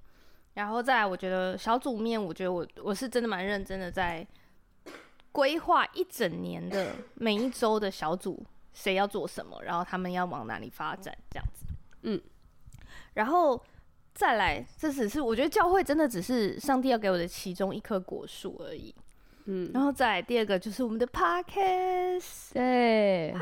Speaker 1: 然后再来，我觉得小组面，我觉得我我是真的蛮认真的在规划一整年的每一周的小组谁要做什么，然后他们要往哪里发展这样子。
Speaker 2: 嗯，
Speaker 1: 然后。再来，这只是我觉得教会真的只是上帝要给我的其中一棵果树而已。
Speaker 2: 嗯，
Speaker 1: 然后再来第二个就是我们的 podcast，
Speaker 2: 对，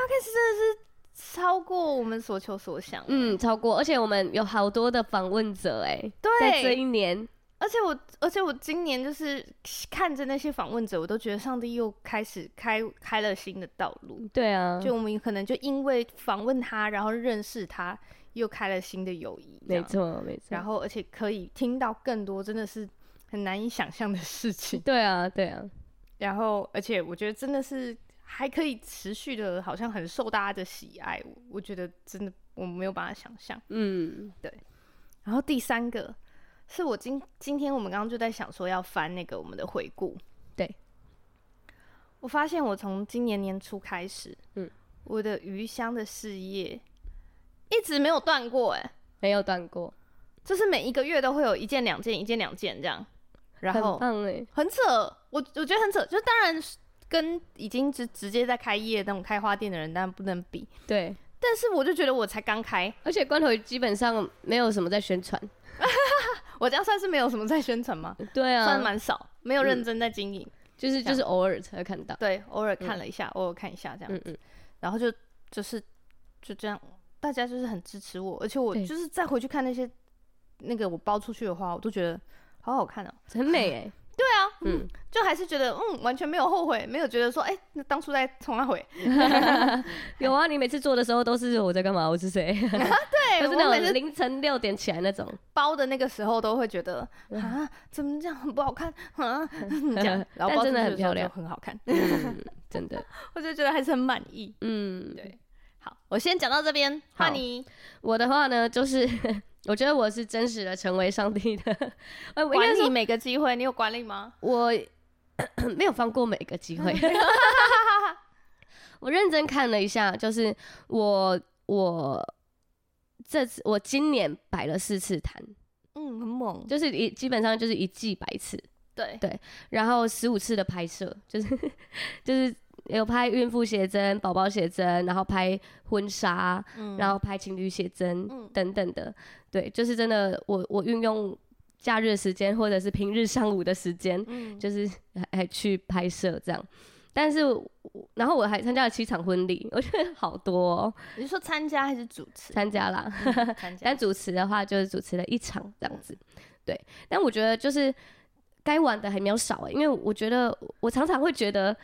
Speaker 1: 超过我们所求所想。
Speaker 2: 嗯，超过，而且我们有好多的访问者哎，在这
Speaker 1: 对，
Speaker 2: 一年，
Speaker 1: 而且我，而且我今年就是看着那些访问者，我都觉得上帝又开始开开了新的道路。
Speaker 2: 对啊，
Speaker 1: 就我们可能就因为访问他，然后认识他，又开了新的友谊。这
Speaker 2: 没
Speaker 1: 样，
Speaker 2: 错没错，
Speaker 1: 然后而且可以听到更多，真的是很难以想象的事情。
Speaker 2: 对啊对啊，
Speaker 1: 然后，而且我觉得真的是还可以持续的，好像很受大家的喜爱。我我觉得真的我没有办法想象。
Speaker 2: 嗯，
Speaker 1: 然后第三个是我今今天我们刚刚就在想说要翻那个我们的回顾，
Speaker 2: 对，
Speaker 1: 我发现我从今年年初开始，
Speaker 2: 嗯，
Speaker 1: 我的鱼香的事业一直没有断过、哎，
Speaker 2: 没有断过，
Speaker 1: 就是每一个月都会有一件两件，一件两件这样，然
Speaker 2: 很
Speaker 1: 后
Speaker 2: 棒哎，
Speaker 1: 很扯，我我觉得很扯，就是当然是跟已经直直接在开业那种开花店的人当然不能比，
Speaker 2: 对，
Speaker 1: 但是我就觉得我才刚开，
Speaker 2: 而且罐头鱼基本上没有什么在宣传，
Speaker 1: 我这样算是没有什么在宣传吗？
Speaker 2: 对
Speaker 1: 算
Speaker 2: 啊，
Speaker 1: 蛮少，没有认真在经营，
Speaker 2: 就是
Speaker 1: 这
Speaker 2: 就
Speaker 1: 样
Speaker 2: 是偶尔才会看到，
Speaker 1: 对，偶尔看了一下，偶尔看一下这样，
Speaker 2: 嗯嗯，
Speaker 1: 然后就就是就这样，大家就是很支持我，而且我
Speaker 2: 对
Speaker 1: 就是再回去看那些那个我包出去的花，我都觉得好好看哦、
Speaker 2: 很美哎，
Speaker 1: 对啊，
Speaker 2: 嗯，
Speaker 1: 就还是觉得嗯，完全没有后悔，没有觉得说哎、那当初在从哪悔，
Speaker 2: 有啊，你每次做的时候都是我在干嘛，我是谁，
Speaker 1: 对
Speaker 2: 就
Speaker 1: 我
Speaker 2: 是那
Speaker 1: 每
Speaker 2: 种
Speaker 1: 次
Speaker 2: 凌晨六点起来那种，
Speaker 1: 包的那个时候都会觉得啊，怎么这样很不好看 啊，这样，然后
Speaker 2: 但
Speaker 1: 包
Speaker 2: 真的
Speaker 1: 出去时候
Speaker 2: 很漂亮
Speaker 1: 就很好看，
Speaker 2: 嗯， 真的，
Speaker 1: 我就觉得还是很满意。
Speaker 2: 嗯，
Speaker 1: 对好，我先讲到这边，
Speaker 2: 好
Speaker 1: 换你。
Speaker 2: 我的话呢，就是 我觉得我是真实的成为上帝的， 呃，我应该
Speaker 1: 管
Speaker 2: 说
Speaker 1: 理每个机会，你有管理吗？
Speaker 2: 我 没有放过每个机 会。我认真看了一下，就是我我这次我今年摆了四次摊，
Speaker 1: 嗯，很猛。
Speaker 2: 就是一基本上就是一季摆一次，
Speaker 1: 对，
Speaker 2: 然后十五次的拍摄，就是就是有拍孕妇写真、宝宝写真，然后拍婚纱，
Speaker 1: 嗯
Speaker 2: 然后拍情侣写真、
Speaker 1: 嗯
Speaker 2: 等等的，对，就是真的我我运用假日时间或者是平日上午的时间，
Speaker 1: 嗯，
Speaker 2: 就是还还去拍摄这样。但是我，然后我还参加了七场婚礼，我觉得好多、哦、
Speaker 1: 你是说参加还是主 持？
Speaker 2: 参加啦。
Speaker 1: 嗯参加
Speaker 2: 但主持的话，就是主持了一场这样子。对，但我觉得就是该玩的还没有少、欸，因为我觉得我常常会觉得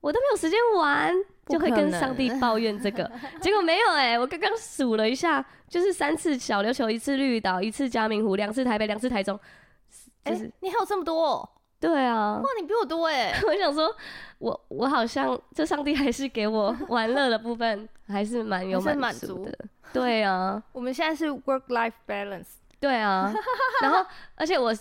Speaker 2: 我都没有时间玩，
Speaker 1: 不
Speaker 2: 就会
Speaker 1: 可
Speaker 2: 跟
Speaker 1: 能
Speaker 2: 上帝抱怨这 个。结果没有哎、我刚刚数了一下，就是三次小琉球，一次绿岛，一次嘉明湖，两次台北，两次台中。就
Speaker 1: 哎
Speaker 2: 是、，
Speaker 1: 你还有这么多哦？
Speaker 2: 对啊，
Speaker 1: 哇，你比我多哎。
Speaker 2: 我想说，我我好像这上帝还是给我玩乐的部分还是蛮有
Speaker 1: 还是
Speaker 2: 满
Speaker 1: 满
Speaker 2: 足
Speaker 1: 足
Speaker 2: 的。对啊，
Speaker 1: 我们现在是 work life balance。
Speaker 2: 对 啊。然后，而且我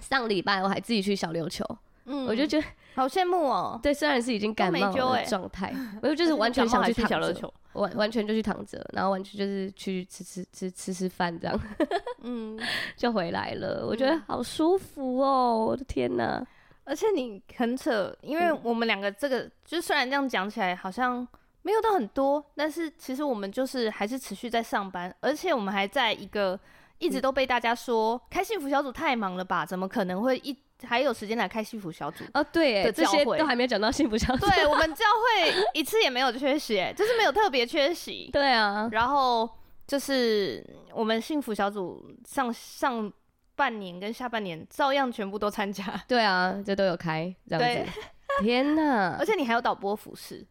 Speaker 2: 上礼拜我还自己去小琉球，
Speaker 1: 嗯
Speaker 2: 我就觉得
Speaker 1: 好羡慕哦。
Speaker 2: 对，虽然是已经感
Speaker 1: 没
Speaker 2: 冒
Speaker 1: 揪
Speaker 2: 的
Speaker 1: 欸
Speaker 2: 状 态，我就就是完全
Speaker 1: 感冒
Speaker 2: 想
Speaker 1: 还
Speaker 2: 去
Speaker 1: 去小
Speaker 2: 躺
Speaker 1: 琉
Speaker 2: 着，
Speaker 1: 球。
Speaker 2: 完完全就去躺着，然后完全就是去吃吃吃吃吃饭这样
Speaker 1: 嗯，
Speaker 2: 就回来了。我觉得
Speaker 1: 嗯
Speaker 2: 好舒服哦，我的天哪！
Speaker 1: 而且你很扯，因为
Speaker 2: 嗯？
Speaker 1: 我们两个这个，就虽然这样讲起来好像没有到很多，但是其实我们就是还是持续在上班，而且我们还在一个一直都被大家说、开幸福小组太忙了吧，怎么可能会一还有时间来开幸福小组
Speaker 2: 哦，对欸，
Speaker 1: 的
Speaker 2: 这些
Speaker 1: 教会
Speaker 2: 都还没有讲到幸福小组。
Speaker 1: 对我们教会一次也没有缺席、哎就是没有特别缺席。
Speaker 2: 对啊，
Speaker 1: 然后就是我们幸福小组上上半年跟下半年照样全部都参加，
Speaker 2: 对啊，这都有开这样
Speaker 1: 对
Speaker 2: 子。天哪！
Speaker 1: 而且你还有导播服饰，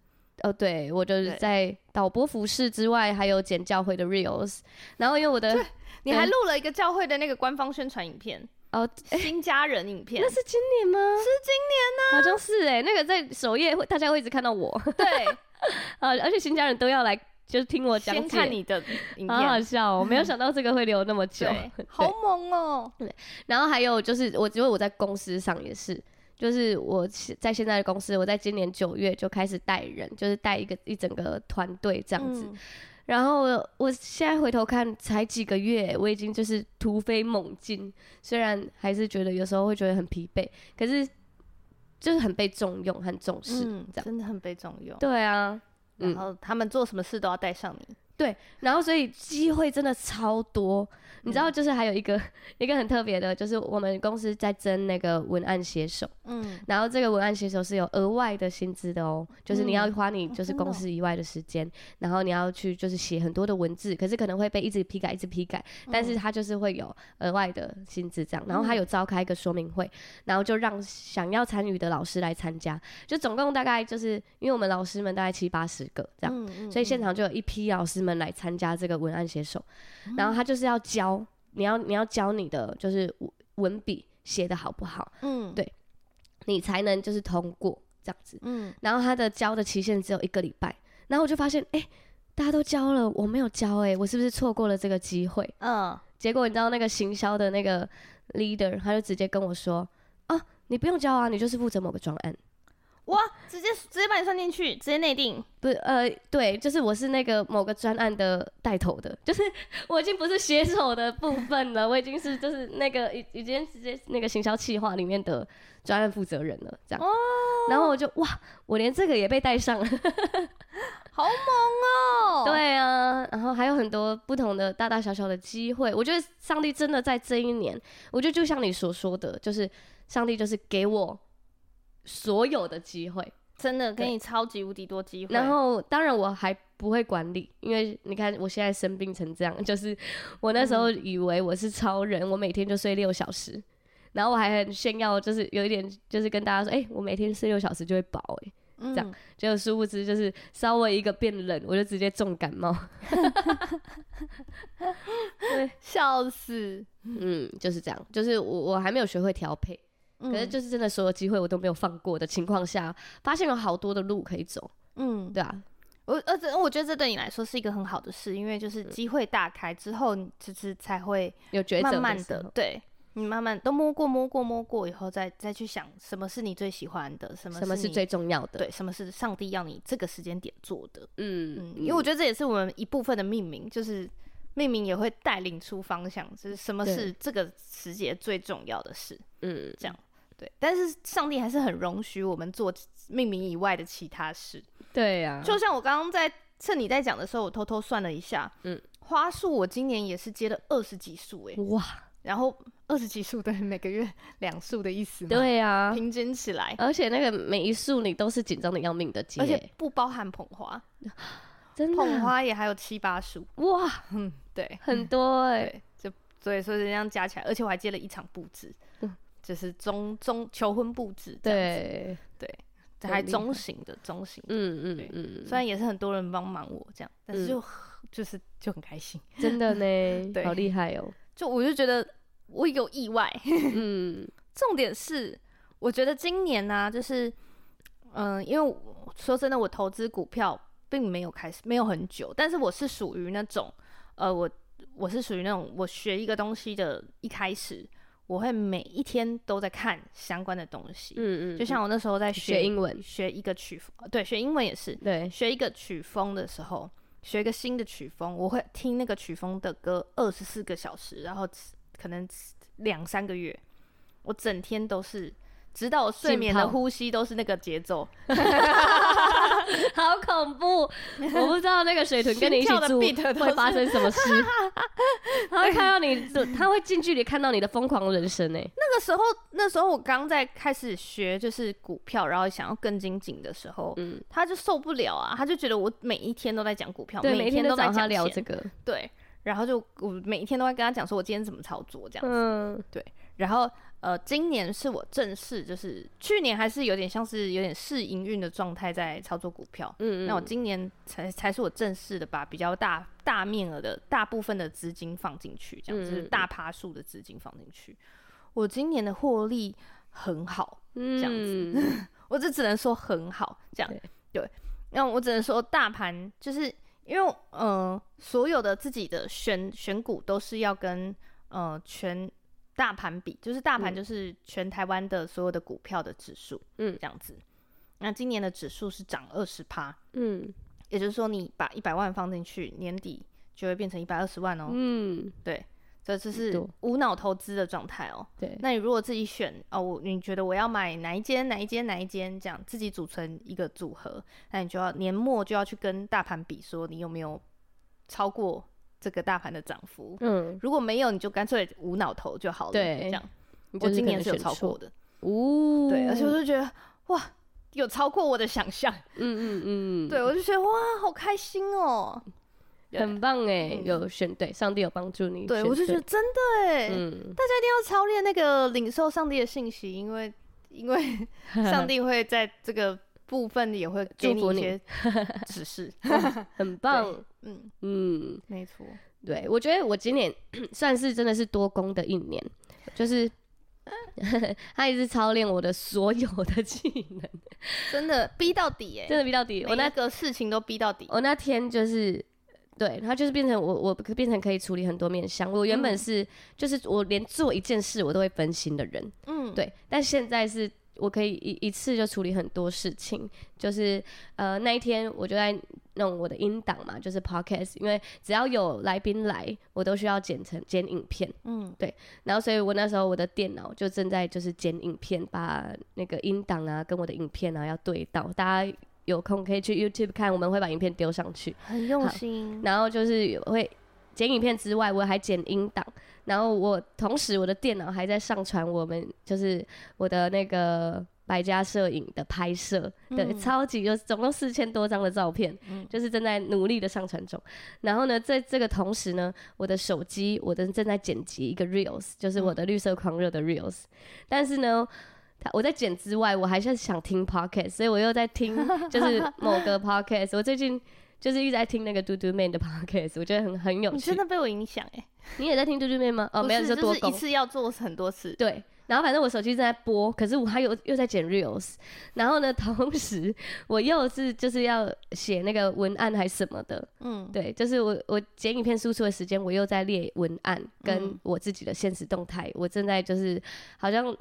Speaker 2: 哦，对我就是
Speaker 1: 对
Speaker 2: 在导播服饰之外，还有剪教会的 reels，然后因为我的
Speaker 1: 你还录了一个教会的那个官方宣传影片，
Speaker 2: 哦，
Speaker 1: 新家人影片
Speaker 2: 那，是今年吗？是
Speaker 1: 啊
Speaker 2: 今年呢、好像是哎、那个在首页会大家会一直看 到我，
Speaker 1: 对，
Speaker 2: 啊，而且新家人都要来就是听我讲
Speaker 1: 先
Speaker 2: 解，
Speaker 1: 看你的影
Speaker 2: 好好
Speaker 1: 片，嗯
Speaker 2: 笑哦、我没有想到这个会留那么久。
Speaker 1: 对，好猛哦，
Speaker 2: 然后还有就是，我觉得我在公司上也是，就是我现在现在的公司，我在今年九月就开始带人，就是带一个一整个团队
Speaker 1: 这
Speaker 2: 这样子。然后我我现在回头看，才几个月，我已经就是突飞猛进。虽然还是觉得有时候会觉得很疲惫，可是就是很被重用，很重视。
Speaker 1: 嗯，
Speaker 2: 这样
Speaker 1: 真的很被重用。
Speaker 2: 对啊，嗯
Speaker 1: 然后他们做什么事都要带上你，
Speaker 2: 然后所以机会真的超多。你知道，就是还有一个 一个很特别的，就是我们公司在争那个文案写手，
Speaker 1: 嗯，
Speaker 2: 然后这个文案写手是有额外的薪资的哦，就是你要花你就是
Speaker 1: 真的哦
Speaker 2: 公司以外的时间，然后你要去就是写很多的文字，可是可能会被一直批改，一直批改，但
Speaker 1: 嗯
Speaker 2: 是他就是会有额外的薪资这样。然后他有召开一个说明会，然后就让想要参与的老师来参加，就总共大概就是因为我们老师们大概七八十个这样，
Speaker 1: 嗯，嗯
Speaker 2: 所以现场就有一批老师们来参加这个文案写手，
Speaker 1: 嗯
Speaker 2: 然后他就是要教你要你要教你的就是文文笔写的好不好。
Speaker 1: 嗯，
Speaker 2: 对你才能就是通过这样子。
Speaker 1: 嗯，
Speaker 2: 然后他的交的期限只有一个礼拜，然后我就发现，哎、大家都交了，我没有交、哎，我是不是错过了这个机会？
Speaker 1: 嗯，
Speaker 2: 结果你知道那个行销的那个 leader，他就直接跟我说，哦，你不用交啊，你就是负责某个专案。
Speaker 1: 哇，直接直接把你算进去，直接内定。
Speaker 2: 不是，呃，对，就是我是那个某个专案的带头的，就是我已经不是写手的部分了，我已经是就是那个已已经直接那个行销企划里面的专案负责人了，这样。
Speaker 1: 哦
Speaker 2: 然后我就哇，我连这个也被带上了，
Speaker 1: 好猛哦！，
Speaker 2: 对啊，然后还有很多不同的大大小小的机会，我觉得上帝真的在这一年，我觉得就像你所说的，就是上帝就是给我所有的机会，
Speaker 1: 真的给
Speaker 2: 对
Speaker 1: 你超级无敌多机会。
Speaker 2: 然后当然我还不会管理，因为你看我现在生病成这样， 就是我那时候以为我是超人，我每天就睡六小时，然后我还很炫耀，就是有一点就是跟大家说，哎、我每天睡六小时就会饱、哎，
Speaker 1: 嗯
Speaker 2: 这样结果殊不知就是稍微一个变冷，我就直接重感冒，
Speaker 1: 笑死。
Speaker 2: 嗯，就是这样，就是我我还没有学会调配，可是
Speaker 1: 嗯
Speaker 2: 就是真的所有机会我都没有放过的情况下，发现有好多的路可以走，
Speaker 1: 嗯，
Speaker 2: 对啊，
Speaker 1: 我而且我觉得这对你来说是一个很好的事，因为就是机会大开之后，你就是才会
Speaker 2: 有抉择
Speaker 1: 慢慢
Speaker 2: 时
Speaker 1: 的
Speaker 2: 候，
Speaker 1: 对你慢慢都摸过摸过摸过以后再，再去想什么是你最喜欢的，什么
Speaker 2: 什么是
Speaker 1: 你
Speaker 2: 最重要的，
Speaker 1: 对，什么是上帝要你这个时间点做的。
Speaker 2: 嗯
Speaker 1: 嗯，，因为我觉得这也是我们一部分的命名，就是命名也会带领出方向，就是什么
Speaker 2: 对
Speaker 1: 是这个时节最重要的事。
Speaker 2: 嗯，
Speaker 1: 对，但是上帝还是很容许我们做命名以外的其他事。
Speaker 2: 对啊呀、
Speaker 1: 就像我刚刚在趁你在讲的时候，我偷偷算了一下，
Speaker 2: 嗯嗯
Speaker 1: 嗯，花束我今年也是接了二十几束哎、
Speaker 2: 哇，
Speaker 1: 然后二十几束对， 每个月两束的意思嘛，、
Speaker 2: 对呀、
Speaker 1: 平均起来，
Speaker 2: 而且那个每一束你都是紧张的要命的姐，
Speaker 1: 而且不包含捧花，
Speaker 2: 真的啊
Speaker 1: 捧花也还有七八束，
Speaker 2: 哇，
Speaker 1: 嗯，对
Speaker 2: 很多哎、
Speaker 1: 对，就所以说这样加起来，而且我还接了一场布置，就是中中求婚布置这样子，
Speaker 2: 嗯对，
Speaker 1: 这
Speaker 2: 很
Speaker 1: 还
Speaker 2: 厉
Speaker 1: 中型的中型的，
Speaker 2: 嗯嗯
Speaker 1: 对
Speaker 2: 嗯，
Speaker 1: 虽然也是很多人帮忙我这样，但是
Speaker 2: 嗯
Speaker 1: 就、就是就很开心。
Speaker 2: 真的 呢，
Speaker 1: 对
Speaker 2: 好厉害哦，
Speaker 1: 就我就觉得我有意外。
Speaker 2: 嗯
Speaker 1: 重点是，我觉得今年呢、就是嗯、因为我说真的，我投资股票并没有开始没有很久，但是我是属于那种呃，我我是属于那种我学一个东西的一开始，我会每一天都在看相关的东西。
Speaker 2: 嗯嗯，
Speaker 1: 就像我那时候在学
Speaker 2: 学英文，嗯
Speaker 1: 学一个曲风，对，学英文也是
Speaker 2: 对，
Speaker 1: 学一个曲风的时候，学一个新的曲风，我会听那个曲风的歌二十四个小时，然后可能两三个月，我整天都是，直到我睡眠
Speaker 2: 浸
Speaker 1: 的
Speaker 2: 泡
Speaker 1: 呼吸都是那个节奏，
Speaker 2: 好恐 怖！我不知道那个水豚跟你一起
Speaker 1: 心跳的
Speaker 2: 住
Speaker 1: beat 都是
Speaker 2: 会发生什么 事，他会看到你，他会近距离看到你的疯狂人生哎、
Speaker 1: 那个时候，那时候我刚在开始学就是股票，然后想要更精进的时候，
Speaker 2: 嗯，
Speaker 1: 他就受不了啊，他就觉得我每一天都在讲股票，
Speaker 2: 对，每
Speaker 1: 每
Speaker 2: 天
Speaker 1: 都在
Speaker 2: 找他
Speaker 1: 讲
Speaker 2: 聊
Speaker 1: 钱，
Speaker 2: 这个，
Speaker 1: 对，然后就我每一天都在跟他讲说我今天怎么操作这样子。
Speaker 2: 嗯，
Speaker 1: 然后呃，今年是我正式就是去年还是有点像是有点试营运的状态在操作股票，
Speaker 2: 嗯嗯
Speaker 1: 那我今年才才是我正式的把比较大大面额的大部分的资金放进去，这样
Speaker 2: 嗯
Speaker 1: 子、
Speaker 2: 嗯
Speaker 1: 就是大趴数的资金放进去。我今年的获利很好，
Speaker 2: 这
Speaker 1: 样子我只只能说很好，这样
Speaker 2: 对
Speaker 1: 对。那我只能说大盘就是因为呃，所有的自己的选选股都是要跟呃全大盘比，就是大盘
Speaker 2: 嗯
Speaker 1: 就是全台湾的所有的股票的指数，
Speaker 2: 嗯
Speaker 1: 这样子。那今年的指数是涨二十趴，
Speaker 2: 嗯
Speaker 1: 也就是说你把一百万放进去，年底就会变成一百二十万哦。
Speaker 2: 嗯，
Speaker 1: 对，这就
Speaker 2: 很
Speaker 1: 是
Speaker 2: 多
Speaker 1: 无脑投资的状态哦。
Speaker 2: 对，
Speaker 1: 那你如果自己选哦，我你觉得我要买哪一间哪一间哪一间，这样自己组成一个组合，那你就要年末就要去跟大盘比，说你有没有超过这个大盘的涨幅。
Speaker 2: 嗯，
Speaker 1: 如果没有，你就干脆无脑投就好了。
Speaker 2: 对
Speaker 1: 这样
Speaker 2: 你
Speaker 1: 我
Speaker 2: 就是
Speaker 1: 今
Speaker 2: 可
Speaker 1: 年
Speaker 2: 能
Speaker 1: 是有
Speaker 2: 选
Speaker 1: 超
Speaker 2: 错
Speaker 1: 过的，
Speaker 2: 哦，
Speaker 1: 对，而且我就觉得哇，有超过我的想象，
Speaker 2: 嗯嗯嗯，嗯
Speaker 1: 对我就觉得哇，好开心哦。
Speaker 2: 很棒哎，
Speaker 1: 嗯
Speaker 2: 有选对，上帝有帮助你选，
Speaker 1: 对，我就觉得真的哎，
Speaker 2: 嗯，
Speaker 1: 要操练那个领受上帝的信息，因为因为 上帝会在这个部分也会给
Speaker 2: 祝福
Speaker 1: 一
Speaker 2: 你
Speaker 1: 些指示。
Speaker 2: 很棒，
Speaker 1: 嗯，
Speaker 2: 嗯，
Speaker 1: 没错。
Speaker 2: 对，我觉得我今年 算是真的是多功的一年，就是 他一直操练我的所有的技能，
Speaker 1: 真的逼到底哎、
Speaker 2: 真的逼到底。我
Speaker 1: 我那
Speaker 2: 那哦
Speaker 1: 个事情都逼到底。
Speaker 2: 我那天就是。对他就是变成我，我变成可以处理很多面向。我原本是、就是我连做一件事我都会分心的人，
Speaker 1: 嗯，
Speaker 2: 对，但现在是我可以一一次就处理很多事情，就是呃那一天我就在弄我的音档嘛，就是 podcast，因为只要有来宾来，我都需要剪成剪影片，
Speaker 1: 嗯，
Speaker 2: 然后所以我那时候我的电脑就正在就是剪影片，把那个音档啊跟我的影片啊要对到，大家有空可以去 YouTube 看，我们会把影片丢上去。
Speaker 1: 很用
Speaker 2: 好
Speaker 1: 心，
Speaker 2: 然后就是会剪影片之外，我还剪音档，然后我同时我的电脑还在上传我们就是我的那个百家摄影的拍摄，对，
Speaker 1: 嗯
Speaker 2: 超级就是总共四千多张的照片，
Speaker 1: 嗯
Speaker 2: 就是正在努力的上传中。然后呢，在这个同时呢，我的手机我的正在剪辑一个 reels，就是
Speaker 1: 嗯
Speaker 2: 我的绿色狂热的 reels，、但是呢。它我在剪之外，我还是想听 podcast，所以我又在 听，就是某个 podcast。我最近就是一直在听那个嘟嘟妹的 podcast，我觉得很很有
Speaker 1: 你
Speaker 2: 趣
Speaker 1: 真。的被我影响哎，
Speaker 2: 你也在听嘟嘟妹吗？哦，
Speaker 1: 不
Speaker 2: 没有，
Speaker 1: 是
Speaker 2: 就多
Speaker 1: 是
Speaker 2: 功
Speaker 1: 一。次要做很多次，
Speaker 2: 对，然后反正我手机正在播，可是我还有又在剪 reels，然后呢，同时我又是就是要写那个文案还什么的，
Speaker 1: 嗯，
Speaker 2: 对，就是我我剪影片输出的时间，我又在列文案跟
Speaker 1: 嗯
Speaker 2: 我自己的现实动态，我正在就是好像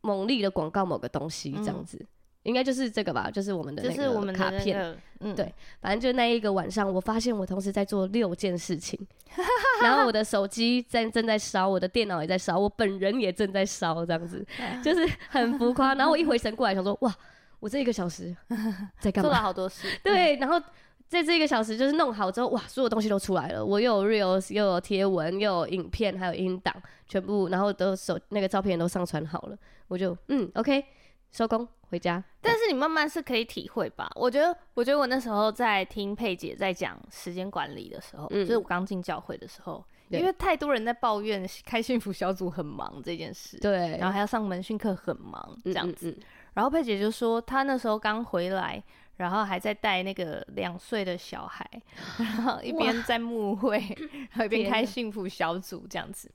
Speaker 2: 猛力的广告某个东西这样
Speaker 1: 嗯
Speaker 2: 子，应该就是这个吧，就是我们的
Speaker 1: 就
Speaker 2: 那
Speaker 1: 是我
Speaker 2: 个
Speaker 1: 们
Speaker 2: 卡
Speaker 1: 的那
Speaker 2: 片，
Speaker 1: 个，嗯，
Speaker 2: 对反正就那一个晚上，我发现我同时在做六件事情，然后我的手机在正在烧，我的电脑也在烧，我本人也正在烧，这 样子就是很浮夸。然后我一回神过来，想说哇，我这一个小时在干
Speaker 1: 做了
Speaker 2: 嘛？
Speaker 1: 好多事，
Speaker 2: 对，然后在这一个小时就是弄好之后，哇，所有东西都出来了，我又有 reels，又有贴文，又有影片，还有音档，全部，然后都手那个照片都上传好了，我就嗯，OK，收工回家。
Speaker 1: 但是你慢慢是可以体会吧？我觉得，我觉得我那时候在听佩姐在讲时间管理的时候，
Speaker 2: 嗯
Speaker 1: 就是我刚进教会的时候，
Speaker 2: 对
Speaker 1: 因为太多人在抱怨开幸福小组很忙这件事，
Speaker 2: 对，
Speaker 1: 然后还要上门训课很忙这
Speaker 2: 嗯
Speaker 1: 样
Speaker 2: 嗯
Speaker 1: 子。然后佩姐就说，她那时候刚回来，然后还在带那个两岁的小孩， 然后一边在牧会，然后 一边
Speaker 2: 天
Speaker 1: 开
Speaker 2: 哪
Speaker 1: 幸福小组这样子。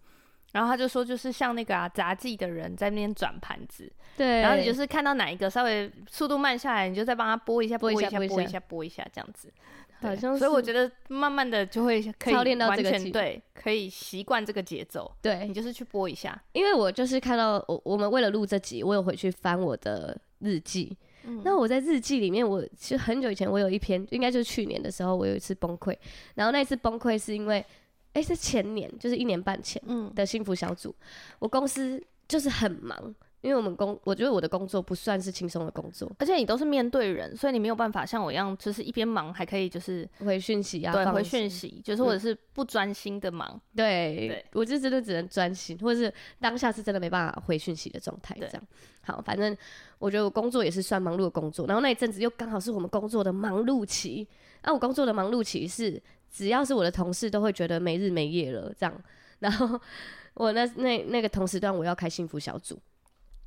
Speaker 1: 然后她就说，就是像那个啊杂技的人在那边转盘子，
Speaker 2: 对，
Speaker 1: 然后你就是看到哪一个稍微速度慢下来，你就再帮他拨一下，拨
Speaker 2: 拨
Speaker 1: 一
Speaker 2: 一下
Speaker 1: 下，拨
Speaker 2: 拨
Speaker 1: 一
Speaker 2: 一下
Speaker 1: 下，拨一下，这样子。对
Speaker 2: 好像
Speaker 1: 所以我
Speaker 2: 是
Speaker 1: 觉得慢慢的就会可以
Speaker 2: 操练到
Speaker 1: 完
Speaker 2: 这个
Speaker 1: 全
Speaker 2: 节
Speaker 1: 对，可以习惯这个节奏。
Speaker 2: 对
Speaker 1: 你，就是去拨一下，
Speaker 2: 因为我就是看到我我们为了录这集，我有回去翻我的日记。
Speaker 1: 嗯
Speaker 2: 那我在日记里面，我其实很久以前我有一篇，应该就是去年的时候，我有一次崩溃。然后那一次崩溃是因为，哎、是前年，就是一年半前
Speaker 1: 嗯
Speaker 2: 的幸福小组，我公司就是很忙，因为我们工，我觉得我的工作不算是轻松的工作，
Speaker 1: 而且你都是面对人，所以你没有办法像我一样，就是一边忙还可以就是
Speaker 2: 回讯息啊，
Speaker 1: 对
Speaker 2: 放
Speaker 1: 回
Speaker 2: 松
Speaker 1: 讯息，就是或者是不专心的忙，
Speaker 2: 对，
Speaker 1: 对
Speaker 2: 我就真的只能专心，或者是当下是真的没办法回讯息的状态。这
Speaker 1: 对
Speaker 2: 样，好，反正我觉得我工作也是算忙碌的工作，然后那一阵子又刚好是我们工作的忙碌期。那、我工作的忙碌期是，只要是我的同事都会觉得没日没夜了这样。然后 我那那那个同时段我要开幸福小组，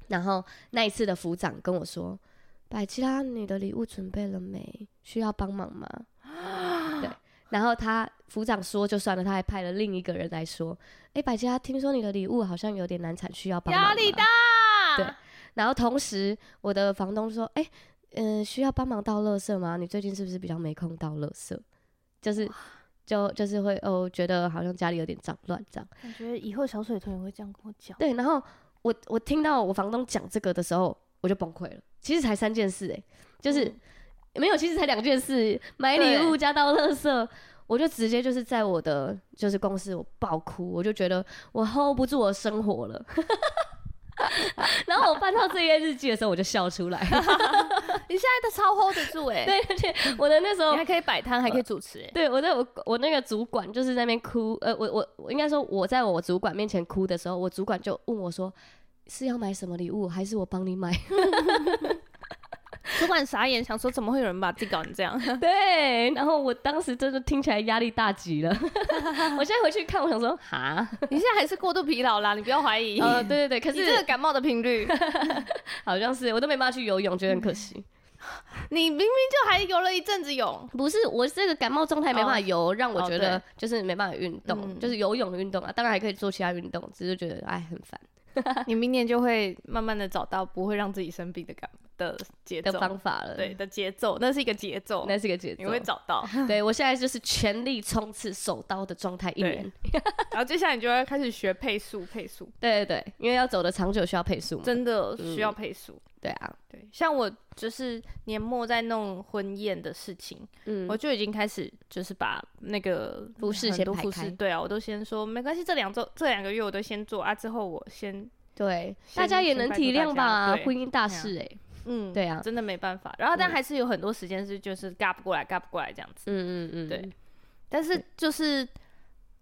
Speaker 2: 然后那一次的组长跟我说：“百吉拉，你的礼物准备了没？需要帮忙吗？”然后他组长说就算了，他还派了另一个人来说：“哎，百佳，听说你的礼物好像有点难产，需要帮忙吗
Speaker 1: 压力大。
Speaker 2: 对然后同时，我的房东说：“哎，嗯、需要帮忙倒垃圾吗？你最近是不是比较没空倒垃圾？就是就就是会哦，觉得好像家里有点脏乱这样。
Speaker 1: 我觉得以后小水豚也会这样跟我讲。
Speaker 2: 对，然后我我听到我房东讲这个的时候，我就崩溃了。其实才三件事、哎，就是、没有，其实才两件事，买礼物加到垃圾，我就直接就是在我的就是公司我爆哭，我就觉得我 hold 不住我生活了。 然后我翻到这些日记的时候，我就笑出来。
Speaker 1: 你现在都超 hold 得 住哎，
Speaker 2: 对，而且我的那时候
Speaker 1: 你还可以摆摊，还可以主持哎，
Speaker 2: 对，我在我我那个主管就是在那边哭，呃，我我我应该说我在我主管面前哭的时候，我主管就问我说是要买什么礼物，还是我帮你买？
Speaker 1: 主管傻眼，想说怎么会有人把自己搞成这样？
Speaker 2: 对，然后我当时真的听起来压力大极了。 我现在回去看，我想说 哈，
Speaker 1: 啊你现在还是过度疲劳啦，你不要怀疑。
Speaker 2: 呃，对对对，可
Speaker 1: 你这
Speaker 2: 是
Speaker 1: 个感冒的频率，
Speaker 2: 好像是我都没办法去游泳，觉得很可惜。
Speaker 1: 你明明就还游了一阵子泳，
Speaker 2: 不是我这个感冒状态没办法游，让我
Speaker 1: 哦
Speaker 2: 觉得就是没办法运动，
Speaker 1: 嗯
Speaker 2: 就是游泳运动啊，当然还可以做其他运动，只是觉得哎很烦
Speaker 1: 你明年就会慢慢的找到不会让自己生病的感的节
Speaker 2: 的
Speaker 1: 奏，
Speaker 2: 方法了。
Speaker 1: 对，的节奏，那是一个节奏，
Speaker 2: 那是个节奏。
Speaker 1: 你会找 到，
Speaker 2: 对我现在就是全力冲刺手刀的状态一
Speaker 1: 对
Speaker 2: 年。
Speaker 1: 然后接下来你就会开始学配速，配速
Speaker 2: 对对对，因为要走的长久需要配速嘛。
Speaker 1: 真的
Speaker 2: 嗯
Speaker 1: 需要配速，
Speaker 2: 对啊，
Speaker 1: 对，像我就是年末在弄婚宴的事情，
Speaker 2: 嗯，
Speaker 1: 我就已经开始就是把那个
Speaker 2: 服饰
Speaker 1: 很
Speaker 2: 先
Speaker 1: 多
Speaker 2: 排
Speaker 1: 服
Speaker 2: 开
Speaker 1: 饰，对啊，我都先说没关系，这两周这两个月我都先做啊，之后我先
Speaker 2: 对，
Speaker 1: 先
Speaker 2: 大家也
Speaker 1: 先
Speaker 2: 能
Speaker 1: 拜
Speaker 2: 体
Speaker 1: 托大
Speaker 2: 谅
Speaker 1: 家
Speaker 2: 吧，
Speaker 1: 对
Speaker 2: 婚姻大
Speaker 1: 对啊
Speaker 2: 事哎、
Speaker 1: 嗯，
Speaker 2: 对啊
Speaker 1: 真的没办法。然后但
Speaker 2: 嗯
Speaker 1: 还是有很多时间是就是尬不过来，尬不过来这样子。
Speaker 2: 嗯嗯嗯，
Speaker 1: 对，但是就是，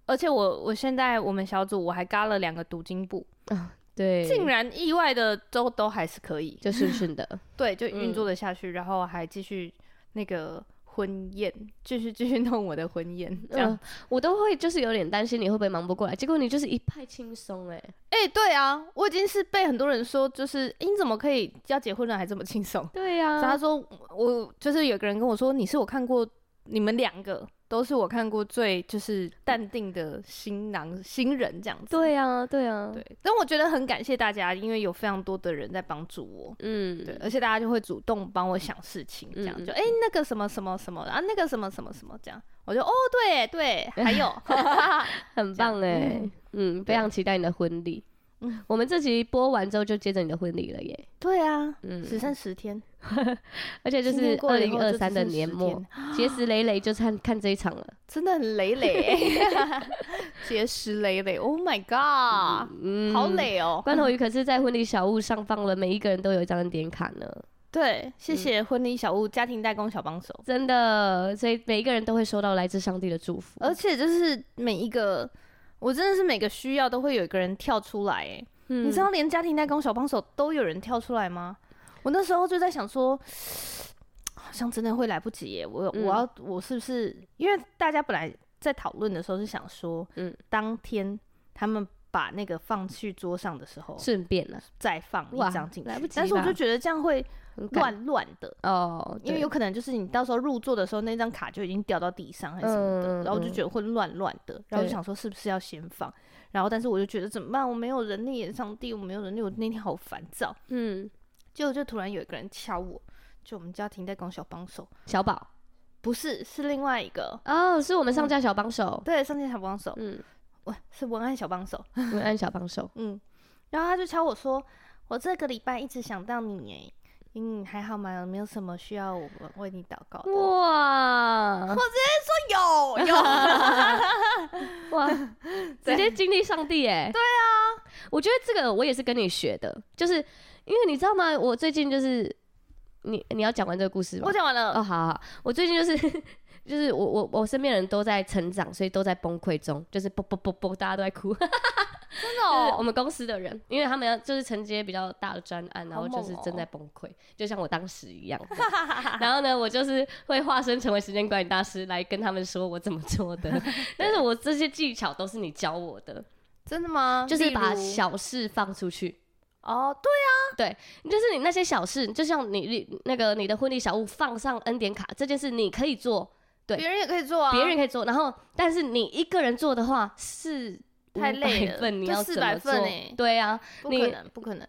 Speaker 1: 而且我我现在我们小组我还嘎了两个读经部，
Speaker 2: 啊对，
Speaker 1: 竟然意外的都都还是可以，
Speaker 2: 就顺顺 的，
Speaker 1: 对，就
Speaker 2: 嗯
Speaker 1: 运作的下去，然后还继续那个婚宴，继续 继续弄我的婚宴，这样
Speaker 2: 嗯。我都会就是有点担心你会不会忙不过来，结果你就是一派轻松哎，
Speaker 1: 哎、对啊，我已经是被很多人说，就是、诶你怎么可以要结婚了还这么轻松？
Speaker 2: 对啊
Speaker 1: 所以他，说我就是有个人跟我说，你是我看过你们两个都是我看过最就是淡定的新郎新人这样子。
Speaker 2: 对啊，对啊，
Speaker 1: 对，但我觉得很感谢大家，因为有非常多的人在帮助我，
Speaker 2: 嗯，
Speaker 1: 对，而且大家就会主动帮我想事情，这样
Speaker 2: 嗯嗯
Speaker 1: 就哎、诶那个什么什么什么，然后那个什么什么什么这样，我就哦对 对，还有
Speaker 2: 很棒
Speaker 1: 这样
Speaker 2: 哎
Speaker 1: 嗯，
Speaker 2: 嗯，非常期待你的婚礼
Speaker 1: 嗯。
Speaker 2: 我们这集播完之后就接着你的婚礼了耶，
Speaker 1: 对啊，
Speaker 2: 嗯，
Speaker 1: 只剩十天，
Speaker 2: 而且就
Speaker 1: 今
Speaker 2: 是
Speaker 1: 天过
Speaker 2: 二
Speaker 1: 了以
Speaker 2: 零
Speaker 1: 后
Speaker 2: 二
Speaker 1: 就只
Speaker 2: 三的
Speaker 1: 剩
Speaker 2: 年
Speaker 1: 10
Speaker 2: 末
Speaker 1: 天，
Speaker 2: 结石累累就看看这一场了，
Speaker 1: 真的很累累， 结石累累，Oh my god，、
Speaker 2: 嗯，
Speaker 1: 好。累哦。
Speaker 2: 关头鱼可是在婚礼小物上放了每一个人都有一张点卡呢，
Speaker 1: 对，
Speaker 2: 嗯
Speaker 1: 谢谢婚礼小物家庭代工小帮手，
Speaker 2: 真的，所以每一个人都会收到来自上帝的祝福。
Speaker 1: 而且就是每一个，我真的是每个需要都会有一个人跳出来、哎、
Speaker 2: 嗯
Speaker 1: 你知道连家庭代工小帮手都有人跳出来吗？我那时候就在想说，好像真的会来不及耶、我
Speaker 2: 嗯
Speaker 1: 我要我是不是因为大家本来在讨论的时候是想说，
Speaker 2: 嗯
Speaker 1: 嗯，当天他们把那个放去桌上的时候
Speaker 2: 顺便啊了，
Speaker 1: 再放
Speaker 2: 哇
Speaker 1: 一张进去，
Speaker 2: 来不及
Speaker 1: 但是我
Speaker 2: 吧
Speaker 1: 就觉得这样会
Speaker 2: 很感
Speaker 1: 乱乱的，
Speaker 2: 哦，
Speaker 1: 因为
Speaker 2: 对
Speaker 1: 有可能就是你到时候入座的时候，那张卡就已经掉到地上还是什么的，
Speaker 2: 嗯
Speaker 1: 然后我就
Speaker 2: 嗯
Speaker 1: 觉得会乱乱的，然后
Speaker 2: 对
Speaker 1: 就想说是不是要先放，然后但是我就觉得怎么办？我没有人力，上帝，我没有人力，我那天好烦躁。
Speaker 2: 嗯，
Speaker 1: 结果就突然有一个人敲我，就我们家庭在搞小帮手，
Speaker 2: 小宝
Speaker 1: 不是，是另外一个，
Speaker 2: 哦，是我们上架小帮手，
Speaker 1: 对，上届小帮手，
Speaker 2: 嗯，
Speaker 1: 我是文案小帮手，
Speaker 2: 文案小帮 手，
Speaker 1: 嗯，然后他就敲我说，我这个礼拜一直想到你耶，嗯，还好吗？有没有什么需要我为你祷告的？
Speaker 2: 哇
Speaker 1: 我有有。
Speaker 2: 哇，直接经历上帝哎，对啊，我觉得这个我也是跟你学的，就是因为你知道吗？我最近就是你你要讲完这个故事吗
Speaker 1: 我？讲完了，
Speaker 2: 哦，好好好，我最近就是 就是我我我身边人都在成长，所以都在崩溃中，就是啵啵啵啵，大家都在哭。
Speaker 1: 真的
Speaker 2: 就是我
Speaker 1: 哦，
Speaker 2: 们公司的人，因为他们要就是承接比较大的专案，然后
Speaker 1: 好
Speaker 2: 就
Speaker 1: 猛
Speaker 2: 是
Speaker 1: 哦
Speaker 2: 正在崩溃，就像我当时一 样。然后呢，我就是会化身成为时间管理大师来跟他们说我怎么 做的，但是我这些技巧都是你教我的，
Speaker 1: 真的吗？
Speaker 2: 就
Speaker 1: 哦
Speaker 2: 是
Speaker 1: 例
Speaker 2: 把
Speaker 1: 如
Speaker 2: 小事放出去。
Speaker 1: 哦，对，
Speaker 2: 就是你那些小事，就像你你那个你的婚礼小物放上恩典卡这件事，你可以做，对
Speaker 1: 别人也可以做啊，
Speaker 2: 别人可以做，然后但是你一个人做的话是
Speaker 1: 太累了
Speaker 2: 500份你
Speaker 1: 就
Speaker 2: 要
Speaker 1: 400
Speaker 2: 怎么做
Speaker 1: 份欸？
Speaker 2: 对啊，
Speaker 1: 不
Speaker 2: 你
Speaker 1: 可能，不可能，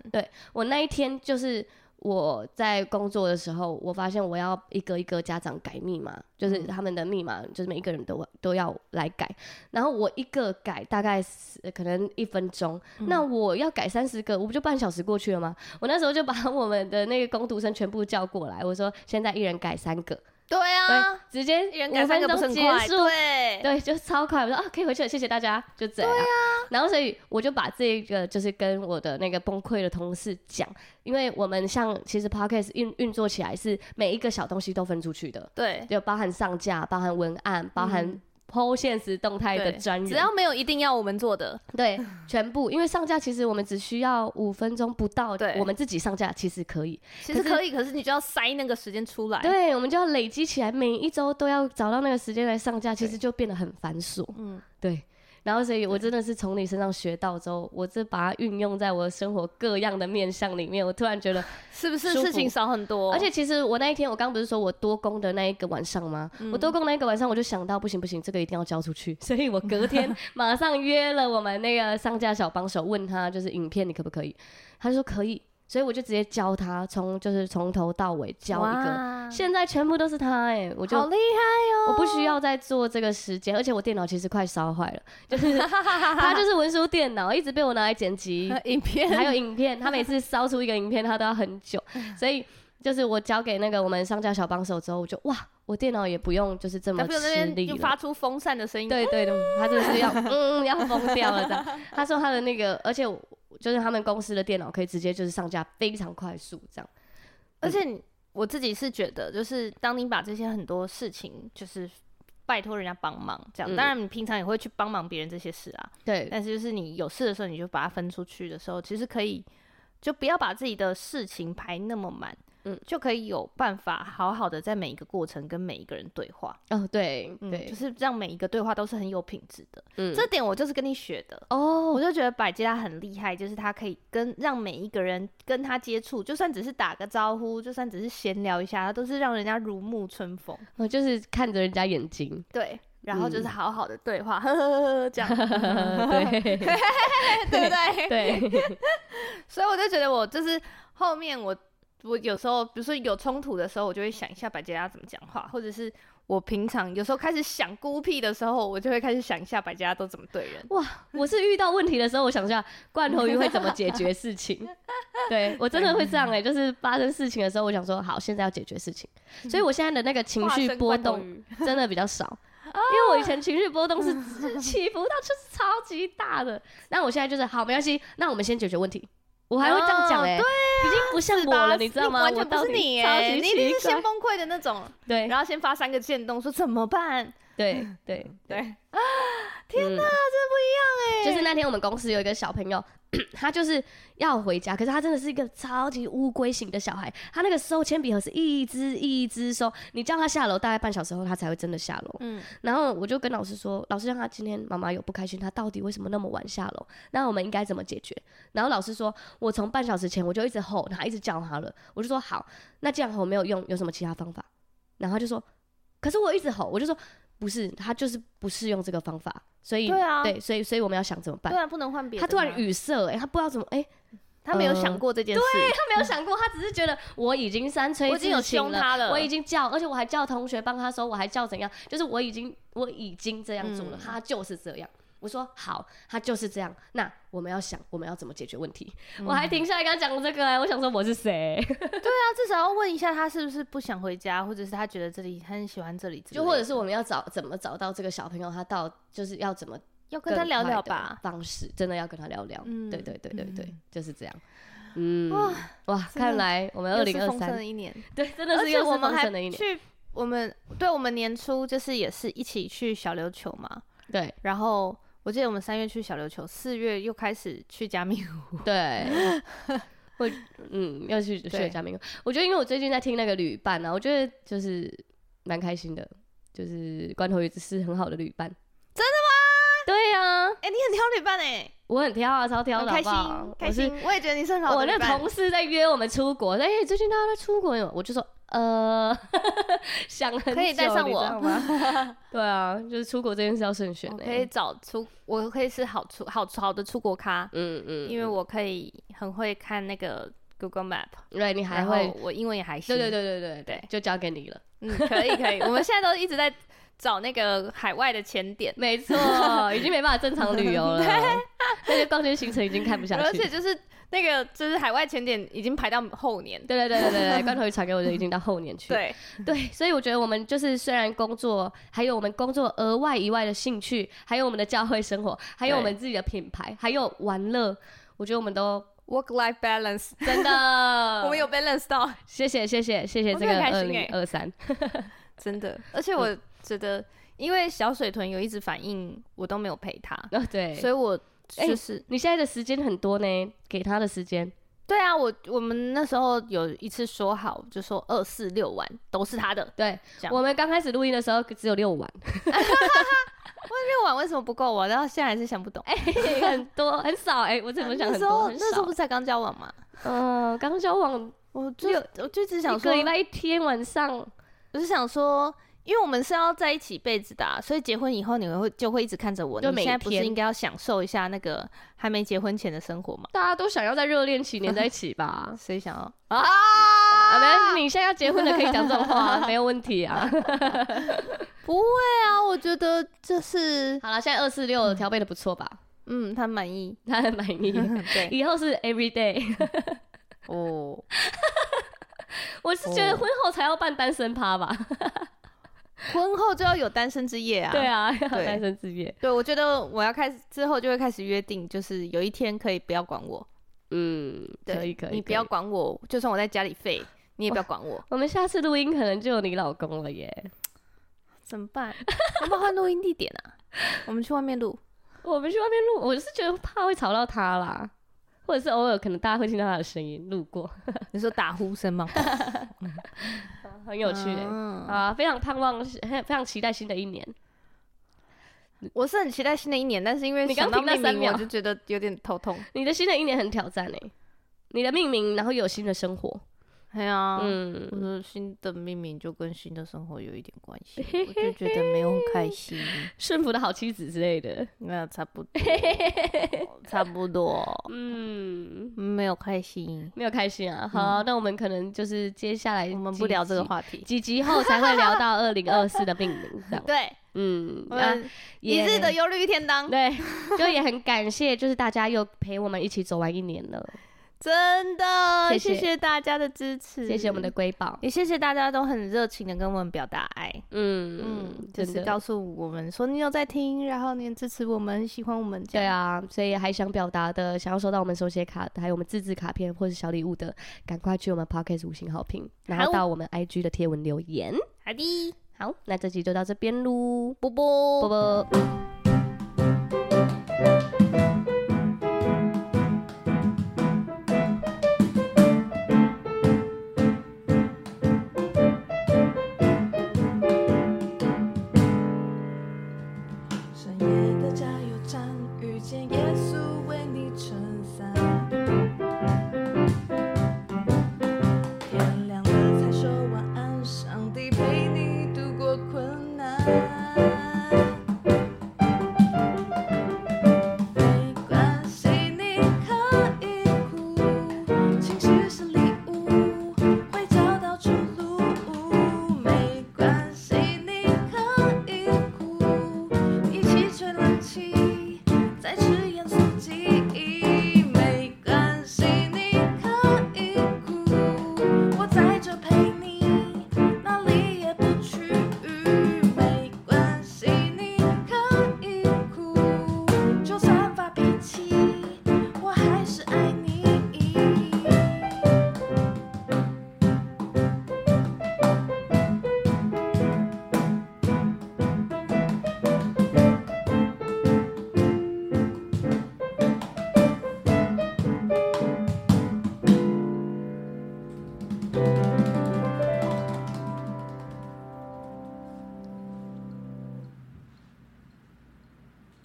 Speaker 2: 我那一天就是我在工作的时候，我发现我要一个一个家长改密码，就是
Speaker 1: 嗯
Speaker 2: 他们的密码，就是每一个人都都要来改。然后我一个改大概是可能一分钟，
Speaker 1: 嗯
Speaker 2: 那我要改三十个，我不就半小时过去了吗？我那时候就把 我们的那个工读生全部叫过来，我说现在一人改三个，
Speaker 1: 对啊，
Speaker 2: 直接
Speaker 1: 一人
Speaker 2: 五
Speaker 1: 改三
Speaker 2: 分
Speaker 1: 个不是很
Speaker 2: 钟结
Speaker 1: 快，
Speaker 2: 束。
Speaker 1: 对，
Speaker 2: 对，就超快，我说啊，可以回去了，谢谢大家，就这样。对啊。然后所以我就把这个就是跟我的那个崩溃的同事讲，因为我们像其实 podcast 运运作起来是每一个小东西都分出去的，
Speaker 1: 对
Speaker 2: 就包含上架，包含文案，包含
Speaker 1: 嗯
Speaker 2: PO 现实动态的
Speaker 1: 对
Speaker 2: 专人，
Speaker 1: 只要没有一定要我们做的，
Speaker 2: 对全部，因为上架其实我们只需要五分钟不到，
Speaker 1: 对
Speaker 2: 我们自己上架其实可以，
Speaker 1: 其
Speaker 2: 可
Speaker 1: 实
Speaker 2: 是
Speaker 1: 可以，可是你就要塞那个时间出来，
Speaker 2: 对，我们就要累积起来，每一周都要找到那个时间来上架，其实就变得很繁琐。
Speaker 1: 嗯，
Speaker 2: 对，然后所以我真的是从你身上学到之后，我这把它运用在我的生活各样的面向里面，我突然觉得，
Speaker 1: 是不是
Speaker 2: 舒服
Speaker 1: 事情少很多？
Speaker 2: 而且其实我那一天，我刚不是说我多工的那一个晚上吗？我
Speaker 1: 嗯
Speaker 2: 多工那一个晚上，我就想到不行不行，这个一定要交出去，所以我隔天 马上约了我们那个上架小帮手，问他就是影片你可不可以，他说可以。所以我就直接教他，从就是从头到尾教一个
Speaker 1: 哇啊，
Speaker 2: 现在全部都是他哎、我就
Speaker 1: 好厉害哦！
Speaker 2: 我不需要再做这个时间，而且我电脑其实快烧坏了，就 是它就是文书电脑，一直被我拿来剪辑，
Speaker 1: 影片
Speaker 2: 还有影片，他每次烧出一个影片，他都要很久，所以就是我交给那个我们商家小帮手之后，我就哇，我电脑也不用就是这么
Speaker 1: ，W
Speaker 2: 吃
Speaker 1: 那边
Speaker 2: 力
Speaker 1: 就
Speaker 2: 了
Speaker 1: 发。出风扇的声音，
Speaker 2: 对对对，他真的是要嗯要疯掉了这样。他说他的那个，而且我就是他们公司的电脑可以直接就是上架，非常快速这样。
Speaker 1: 而且
Speaker 2: 嗯
Speaker 1: 你我自己是觉得，就是当你把这些很多事情，就是拜托人家帮忙这样，
Speaker 2: 嗯
Speaker 1: 当然你平常也会去帮忙别人这些事啊，
Speaker 2: 对，
Speaker 1: 但是就是你有事的时候，你就把它分出去的时候，其实可以就不要把自己的事情排那么满，
Speaker 2: 嗯
Speaker 1: 嗯，就可以有办法好好的在每一个过程跟每一个人对话，
Speaker 2: 哦对
Speaker 1: 嗯，
Speaker 2: 对
Speaker 1: 就，是让每一个对话都是很有品质的。
Speaker 2: 嗯，
Speaker 1: 这点我就是跟你学的，
Speaker 2: 哦
Speaker 1: 我就觉得百吉拉很厉害，就是他可以跟让每一个人跟他接触，就算只是打个招呼，就算只是闲聊一下，他都是让人家如沐春风。
Speaker 2: 我就是看着人家眼睛，
Speaker 1: 对，然后就是
Speaker 2: 嗯
Speaker 1: 好好的对话，呵呵呵呵这样， 对
Speaker 2: 对
Speaker 1: 对不 对？
Speaker 2: 对，
Speaker 1: 所以我就觉得我就是后面我我有时候，比如说有冲突的时候，我就会想一下百吉拉怎么讲话，或者是我平常有时候开始想孤僻的时候，我就会开始想一下百吉拉都怎么对 人。
Speaker 2: 我是遇到问题的时候，我想一下罐头鱼会怎么解决 事情。对我真的会这样哎、就是发生事情的时候，我想说好，现在要解决事情，所以我现在的那个情绪波动真的比 较少，因为我以
Speaker 1: 哦
Speaker 2: 前情绪波动是是起伏到就是超级大的，那我现在就是好没关系，那我们先解决问题。我还会这样讲哎、
Speaker 1: 哦对
Speaker 2: 已经不像我了，
Speaker 1: 吧
Speaker 2: 你知道吗？
Speaker 1: 完
Speaker 2: 我
Speaker 1: 全不
Speaker 2: 到
Speaker 1: 是啊你
Speaker 2: 底超
Speaker 1: 耶，
Speaker 2: 级
Speaker 1: 你一定是
Speaker 2: 奇怪
Speaker 1: 先，崩溃的那种。
Speaker 2: 对
Speaker 1: 然后先发三个渐动，说怎么办？
Speaker 2: 对对，
Speaker 1: 对，啊
Speaker 2: 天
Speaker 1: 这不
Speaker 2: 哪，
Speaker 1: 一样哎、
Speaker 2: 就是那天我们公司有一个小朋友， 他就是要回家，可是他真的是一个超级乌龟型的小孩，他那个收铅笔盒是一支一支收，你叫他下楼大概半小时后他才会真的下楼。
Speaker 1: 嗯，
Speaker 2: 然后我就跟老师说，老师让他今天妈妈有不开心，他到底为什么那么晚下楼？那我们应该怎么解决？然后老师说，我从半小时前我就一直吼他，一直叫他了，我就说好，那这样吼没有用，有什么其他方法？然后他就说，可是我一直吼，我就说不是，他就是不适用这个方法，所以
Speaker 1: 对啊
Speaker 2: 所以所以我们要想怎么办
Speaker 1: 突？然不能换别的
Speaker 2: 他
Speaker 1: 吗。
Speaker 2: 突然语塞，哎，他不知道怎么，哎、
Speaker 1: 他没有
Speaker 2: 呃
Speaker 1: 想过这件事，
Speaker 2: 他没有想过，他只是觉得我已经三催
Speaker 1: 我已经有
Speaker 2: 四请
Speaker 1: 凶他了
Speaker 2: 我已经叫，而且我还叫同学帮他收，我还叫怎样，就是我已经我已经这样做了，
Speaker 1: 嗯
Speaker 2: 他就是这样。我说好，他就是这样。那我们要想，我们要怎么解决问题？
Speaker 1: 嗯
Speaker 2: 我还停下来跟他讲这个、哎，我想说我 是谁，
Speaker 1: 那至少要问一下他是不是不想回家，或者是他觉得这里他很喜欢这里之类的，
Speaker 2: 就或者是我们要找怎么找到这个小朋友，他到就是要怎么
Speaker 1: 要跟他
Speaker 2: 更
Speaker 1: 聊
Speaker 2: 快
Speaker 1: 聊
Speaker 2: 的
Speaker 1: 吧。
Speaker 2: 方式，真的要跟他聊聊。
Speaker 1: 嗯
Speaker 2: 对对对对对，
Speaker 1: 嗯
Speaker 2: 就是这样。嗯
Speaker 1: 哇
Speaker 2: 哇，
Speaker 1: 真
Speaker 2: 看
Speaker 1: 的
Speaker 2: 来我们二
Speaker 1: 又是
Speaker 2: 零二
Speaker 1: 丰盛
Speaker 2: 三
Speaker 1: 的一年，
Speaker 2: 对真的
Speaker 1: 而
Speaker 2: 是
Speaker 1: 且
Speaker 2: 又
Speaker 1: 我
Speaker 2: 是
Speaker 1: 们
Speaker 2: 丰
Speaker 1: 还
Speaker 2: 盛的一年，
Speaker 1: 去我们对我们年初就是也是一起去小琉球嘛，
Speaker 2: 对
Speaker 1: 然后我记得我们三月去小琉球，四月又开始去加密湖，
Speaker 2: 对，我嗯要去去
Speaker 1: 对
Speaker 2: 加冕。我觉得因为我最近在听那个旅伴啊，我觉得就是蛮开心的，就是关头鱼是很好的旅伴。
Speaker 1: 真
Speaker 2: 的吗？对呀、
Speaker 1: 哎、你很挑旅伴哎、
Speaker 2: 我很挑啊，超挑
Speaker 1: 很
Speaker 2: 的，
Speaker 1: 开
Speaker 2: 好不
Speaker 1: 心
Speaker 2: 好？
Speaker 1: 开心，我也觉得你是很
Speaker 2: 我是
Speaker 1: 好的
Speaker 2: 我那
Speaker 1: 旅伴。
Speaker 2: 同事在约我们出国，哎、最近大家都出国了，我就说呃， 想很久，
Speaker 1: 可以带上
Speaker 2: 你知
Speaker 1: 我
Speaker 2: 道吗？ 对啊，就是出国这件事要慎选欸
Speaker 1: 我
Speaker 2: 的、
Speaker 1: 可以找出，我可以是好出好好的出国咖，
Speaker 2: 嗯嗯，
Speaker 1: 因为我可以很会看那个 Google Map，
Speaker 2: 对你还
Speaker 1: 然
Speaker 2: 会
Speaker 1: 后，我英文也还行。
Speaker 2: 对对，对对对对
Speaker 1: 对，
Speaker 2: 就交给你了。
Speaker 1: 嗯，可以可以。我们现在都一直在找那个海外的前点，
Speaker 2: 没 错，哦已经没办法正常旅游了。那些逛街行程已经看不下
Speaker 1: 而
Speaker 2: 去。
Speaker 1: 且就是那个就是海外前点已经排到后年。
Speaker 2: 对对对对对对，罐头鱼传给我的已经到后年去了。
Speaker 1: 对，
Speaker 2: 对，所以我觉得我们就是虽然工作，还有我们工作额外以外的兴趣，还有我们的教会生活，还有我们自己的品牌，还有玩乐，我觉得我们都
Speaker 1: work life balance，
Speaker 2: 真 的，
Speaker 1: 我们有 balance 到，
Speaker 2: 谢谢谢谢谢谢
Speaker 1: 我
Speaker 2: 这
Speaker 1: 觉得
Speaker 2: 个
Speaker 1: 很
Speaker 2: 二
Speaker 1: 开心
Speaker 2: 零
Speaker 1: 欸
Speaker 2: 二三，
Speaker 1: 真的。而且
Speaker 2: 嗯
Speaker 1: 我觉得，因为小水豚有一直反应，我都没有陪他，
Speaker 2: 哦对
Speaker 1: 所，以我
Speaker 2: 哎
Speaker 1: 就是
Speaker 2: 你现在的时间很多呢，给他的时间，
Speaker 1: 对啊，我我们那时候有一次说好，就说二四六晚都是他的，
Speaker 2: 对
Speaker 1: 这样
Speaker 2: 我们刚开始录音的时候只有六晚，
Speaker 1: 六晚为什么不够我？然后现在还是想不懂。哎、
Speaker 2: 很多很少哎，我怎么想
Speaker 1: 那
Speaker 2: 很
Speaker 1: 时
Speaker 2: 多
Speaker 1: 候
Speaker 2: 很
Speaker 1: 那时
Speaker 2: 少
Speaker 1: 候不。是才刚交往吗？
Speaker 2: 嗯，刚交往
Speaker 1: 我就
Speaker 2: 六
Speaker 1: 我就只想
Speaker 2: 一
Speaker 1: 说
Speaker 2: 个，礼拜一天晚上，
Speaker 1: 我就想说，因为我们是要在一起一辈子的啊、所以结婚以后你们会就会一直看着我。
Speaker 2: 就
Speaker 1: 你
Speaker 2: 每
Speaker 1: 现在不是
Speaker 2: 天
Speaker 1: 应该要享受一下那个还没结婚前的生活吗？？
Speaker 2: 大家都想要在热恋期黏在一起吧
Speaker 1: 谁想要啊？
Speaker 2: 啊，没关系，你现在要结婚了，可以讲这种 话，没有问题啊。
Speaker 1: 不会啊，我觉得就是
Speaker 2: 好了，现在二四六调配的不错 吧？
Speaker 1: 嗯，他满 意，
Speaker 2: 他很满意。
Speaker 1: 对
Speaker 2: 以后是 every day，
Speaker 1: 哦，
Speaker 2: 我是觉得
Speaker 1: 哦
Speaker 2: 婚后才要办单身趴吧？
Speaker 1: 婚后就要有单身之夜啊。
Speaker 2: 对啊，要
Speaker 1: 对
Speaker 2: 单身之夜。
Speaker 1: 对，我觉得我要开始之后就会开始约定，就是有一天可以不要管我，
Speaker 2: 嗯，
Speaker 1: 对，
Speaker 2: 可以可以。
Speaker 1: 你不
Speaker 2: 可以
Speaker 1: 要管我，就算我在家里废，你也不要管我，
Speaker 2: 我们下次录音可能就有你老公了耶！
Speaker 1: 怎么 办？我们换录音地点啊， 我们去外面录。
Speaker 2: 我们去外面录，我是觉得怕会吵到他啦，或者是偶尔可能大家会听到他的声音路过，
Speaker 1: 你说打呼 声吗？
Speaker 2: 很有趣耶、
Speaker 1: 嗯
Speaker 2: 啊！非常盼望， 非常期待新的一年。
Speaker 1: 我是很期待新的一年，但是因为
Speaker 2: 你刚
Speaker 1: 想到
Speaker 2: 停那
Speaker 1: 命
Speaker 2: 三
Speaker 1: 名，
Speaker 2: 秒
Speaker 1: 我就觉得有点头痛。
Speaker 2: 你的新的一年很挑战哎、你的命名，然后又有新的生活，
Speaker 1: 对啊，
Speaker 2: 嗯
Speaker 1: 我，的新的命名就跟新的生活有一点关 系，我就觉得没有很开 心。
Speaker 2: 顺服的好妻子之类的，
Speaker 1: 那差不 多，差不多，
Speaker 2: 嗯，
Speaker 1: 没有开心。
Speaker 2: 没有开心啊。好，那我们可能就是接下来
Speaker 1: 嗯我们
Speaker 2: 几
Speaker 1: 不聊这个
Speaker 2: 集，
Speaker 1: 话题。
Speaker 2: 几集后才会聊到二零二四的命名这样。
Speaker 1: 对，
Speaker 2: 嗯，
Speaker 1: 我
Speaker 2: 那
Speaker 1: 们一日的忧虑一天当，
Speaker 2: 对，就也很感谢，就是大家又陪我们一起走完一年了，
Speaker 1: 真的，
Speaker 2: 谢谢
Speaker 1: 谢谢大家的支持，
Speaker 2: 谢谢我们的，瑰宝，
Speaker 1: 也谢谢大家都很热情的跟我们表达爱，
Speaker 2: 嗯
Speaker 1: 嗯，，
Speaker 2: 真
Speaker 1: 就是
Speaker 2: 的，
Speaker 1: 告诉我们说你有在听，然后你很支持我们，很喜欢我们，这
Speaker 2: 对
Speaker 1: 样，
Speaker 2: 啊，所以还想表达的，想要收到我们手写卡的，还有我们自制卡片或是小礼物的，赶快去我们 Pocket 五星好评，然后
Speaker 1: 好
Speaker 2: 到我们 IG 的贴文留言。
Speaker 1: 好的，
Speaker 2: 好，那这集就到这边喽，
Speaker 1: 波波
Speaker 2: 啵啵。
Speaker 3: 深夜的加油站，遇见耶稣为你撑伞。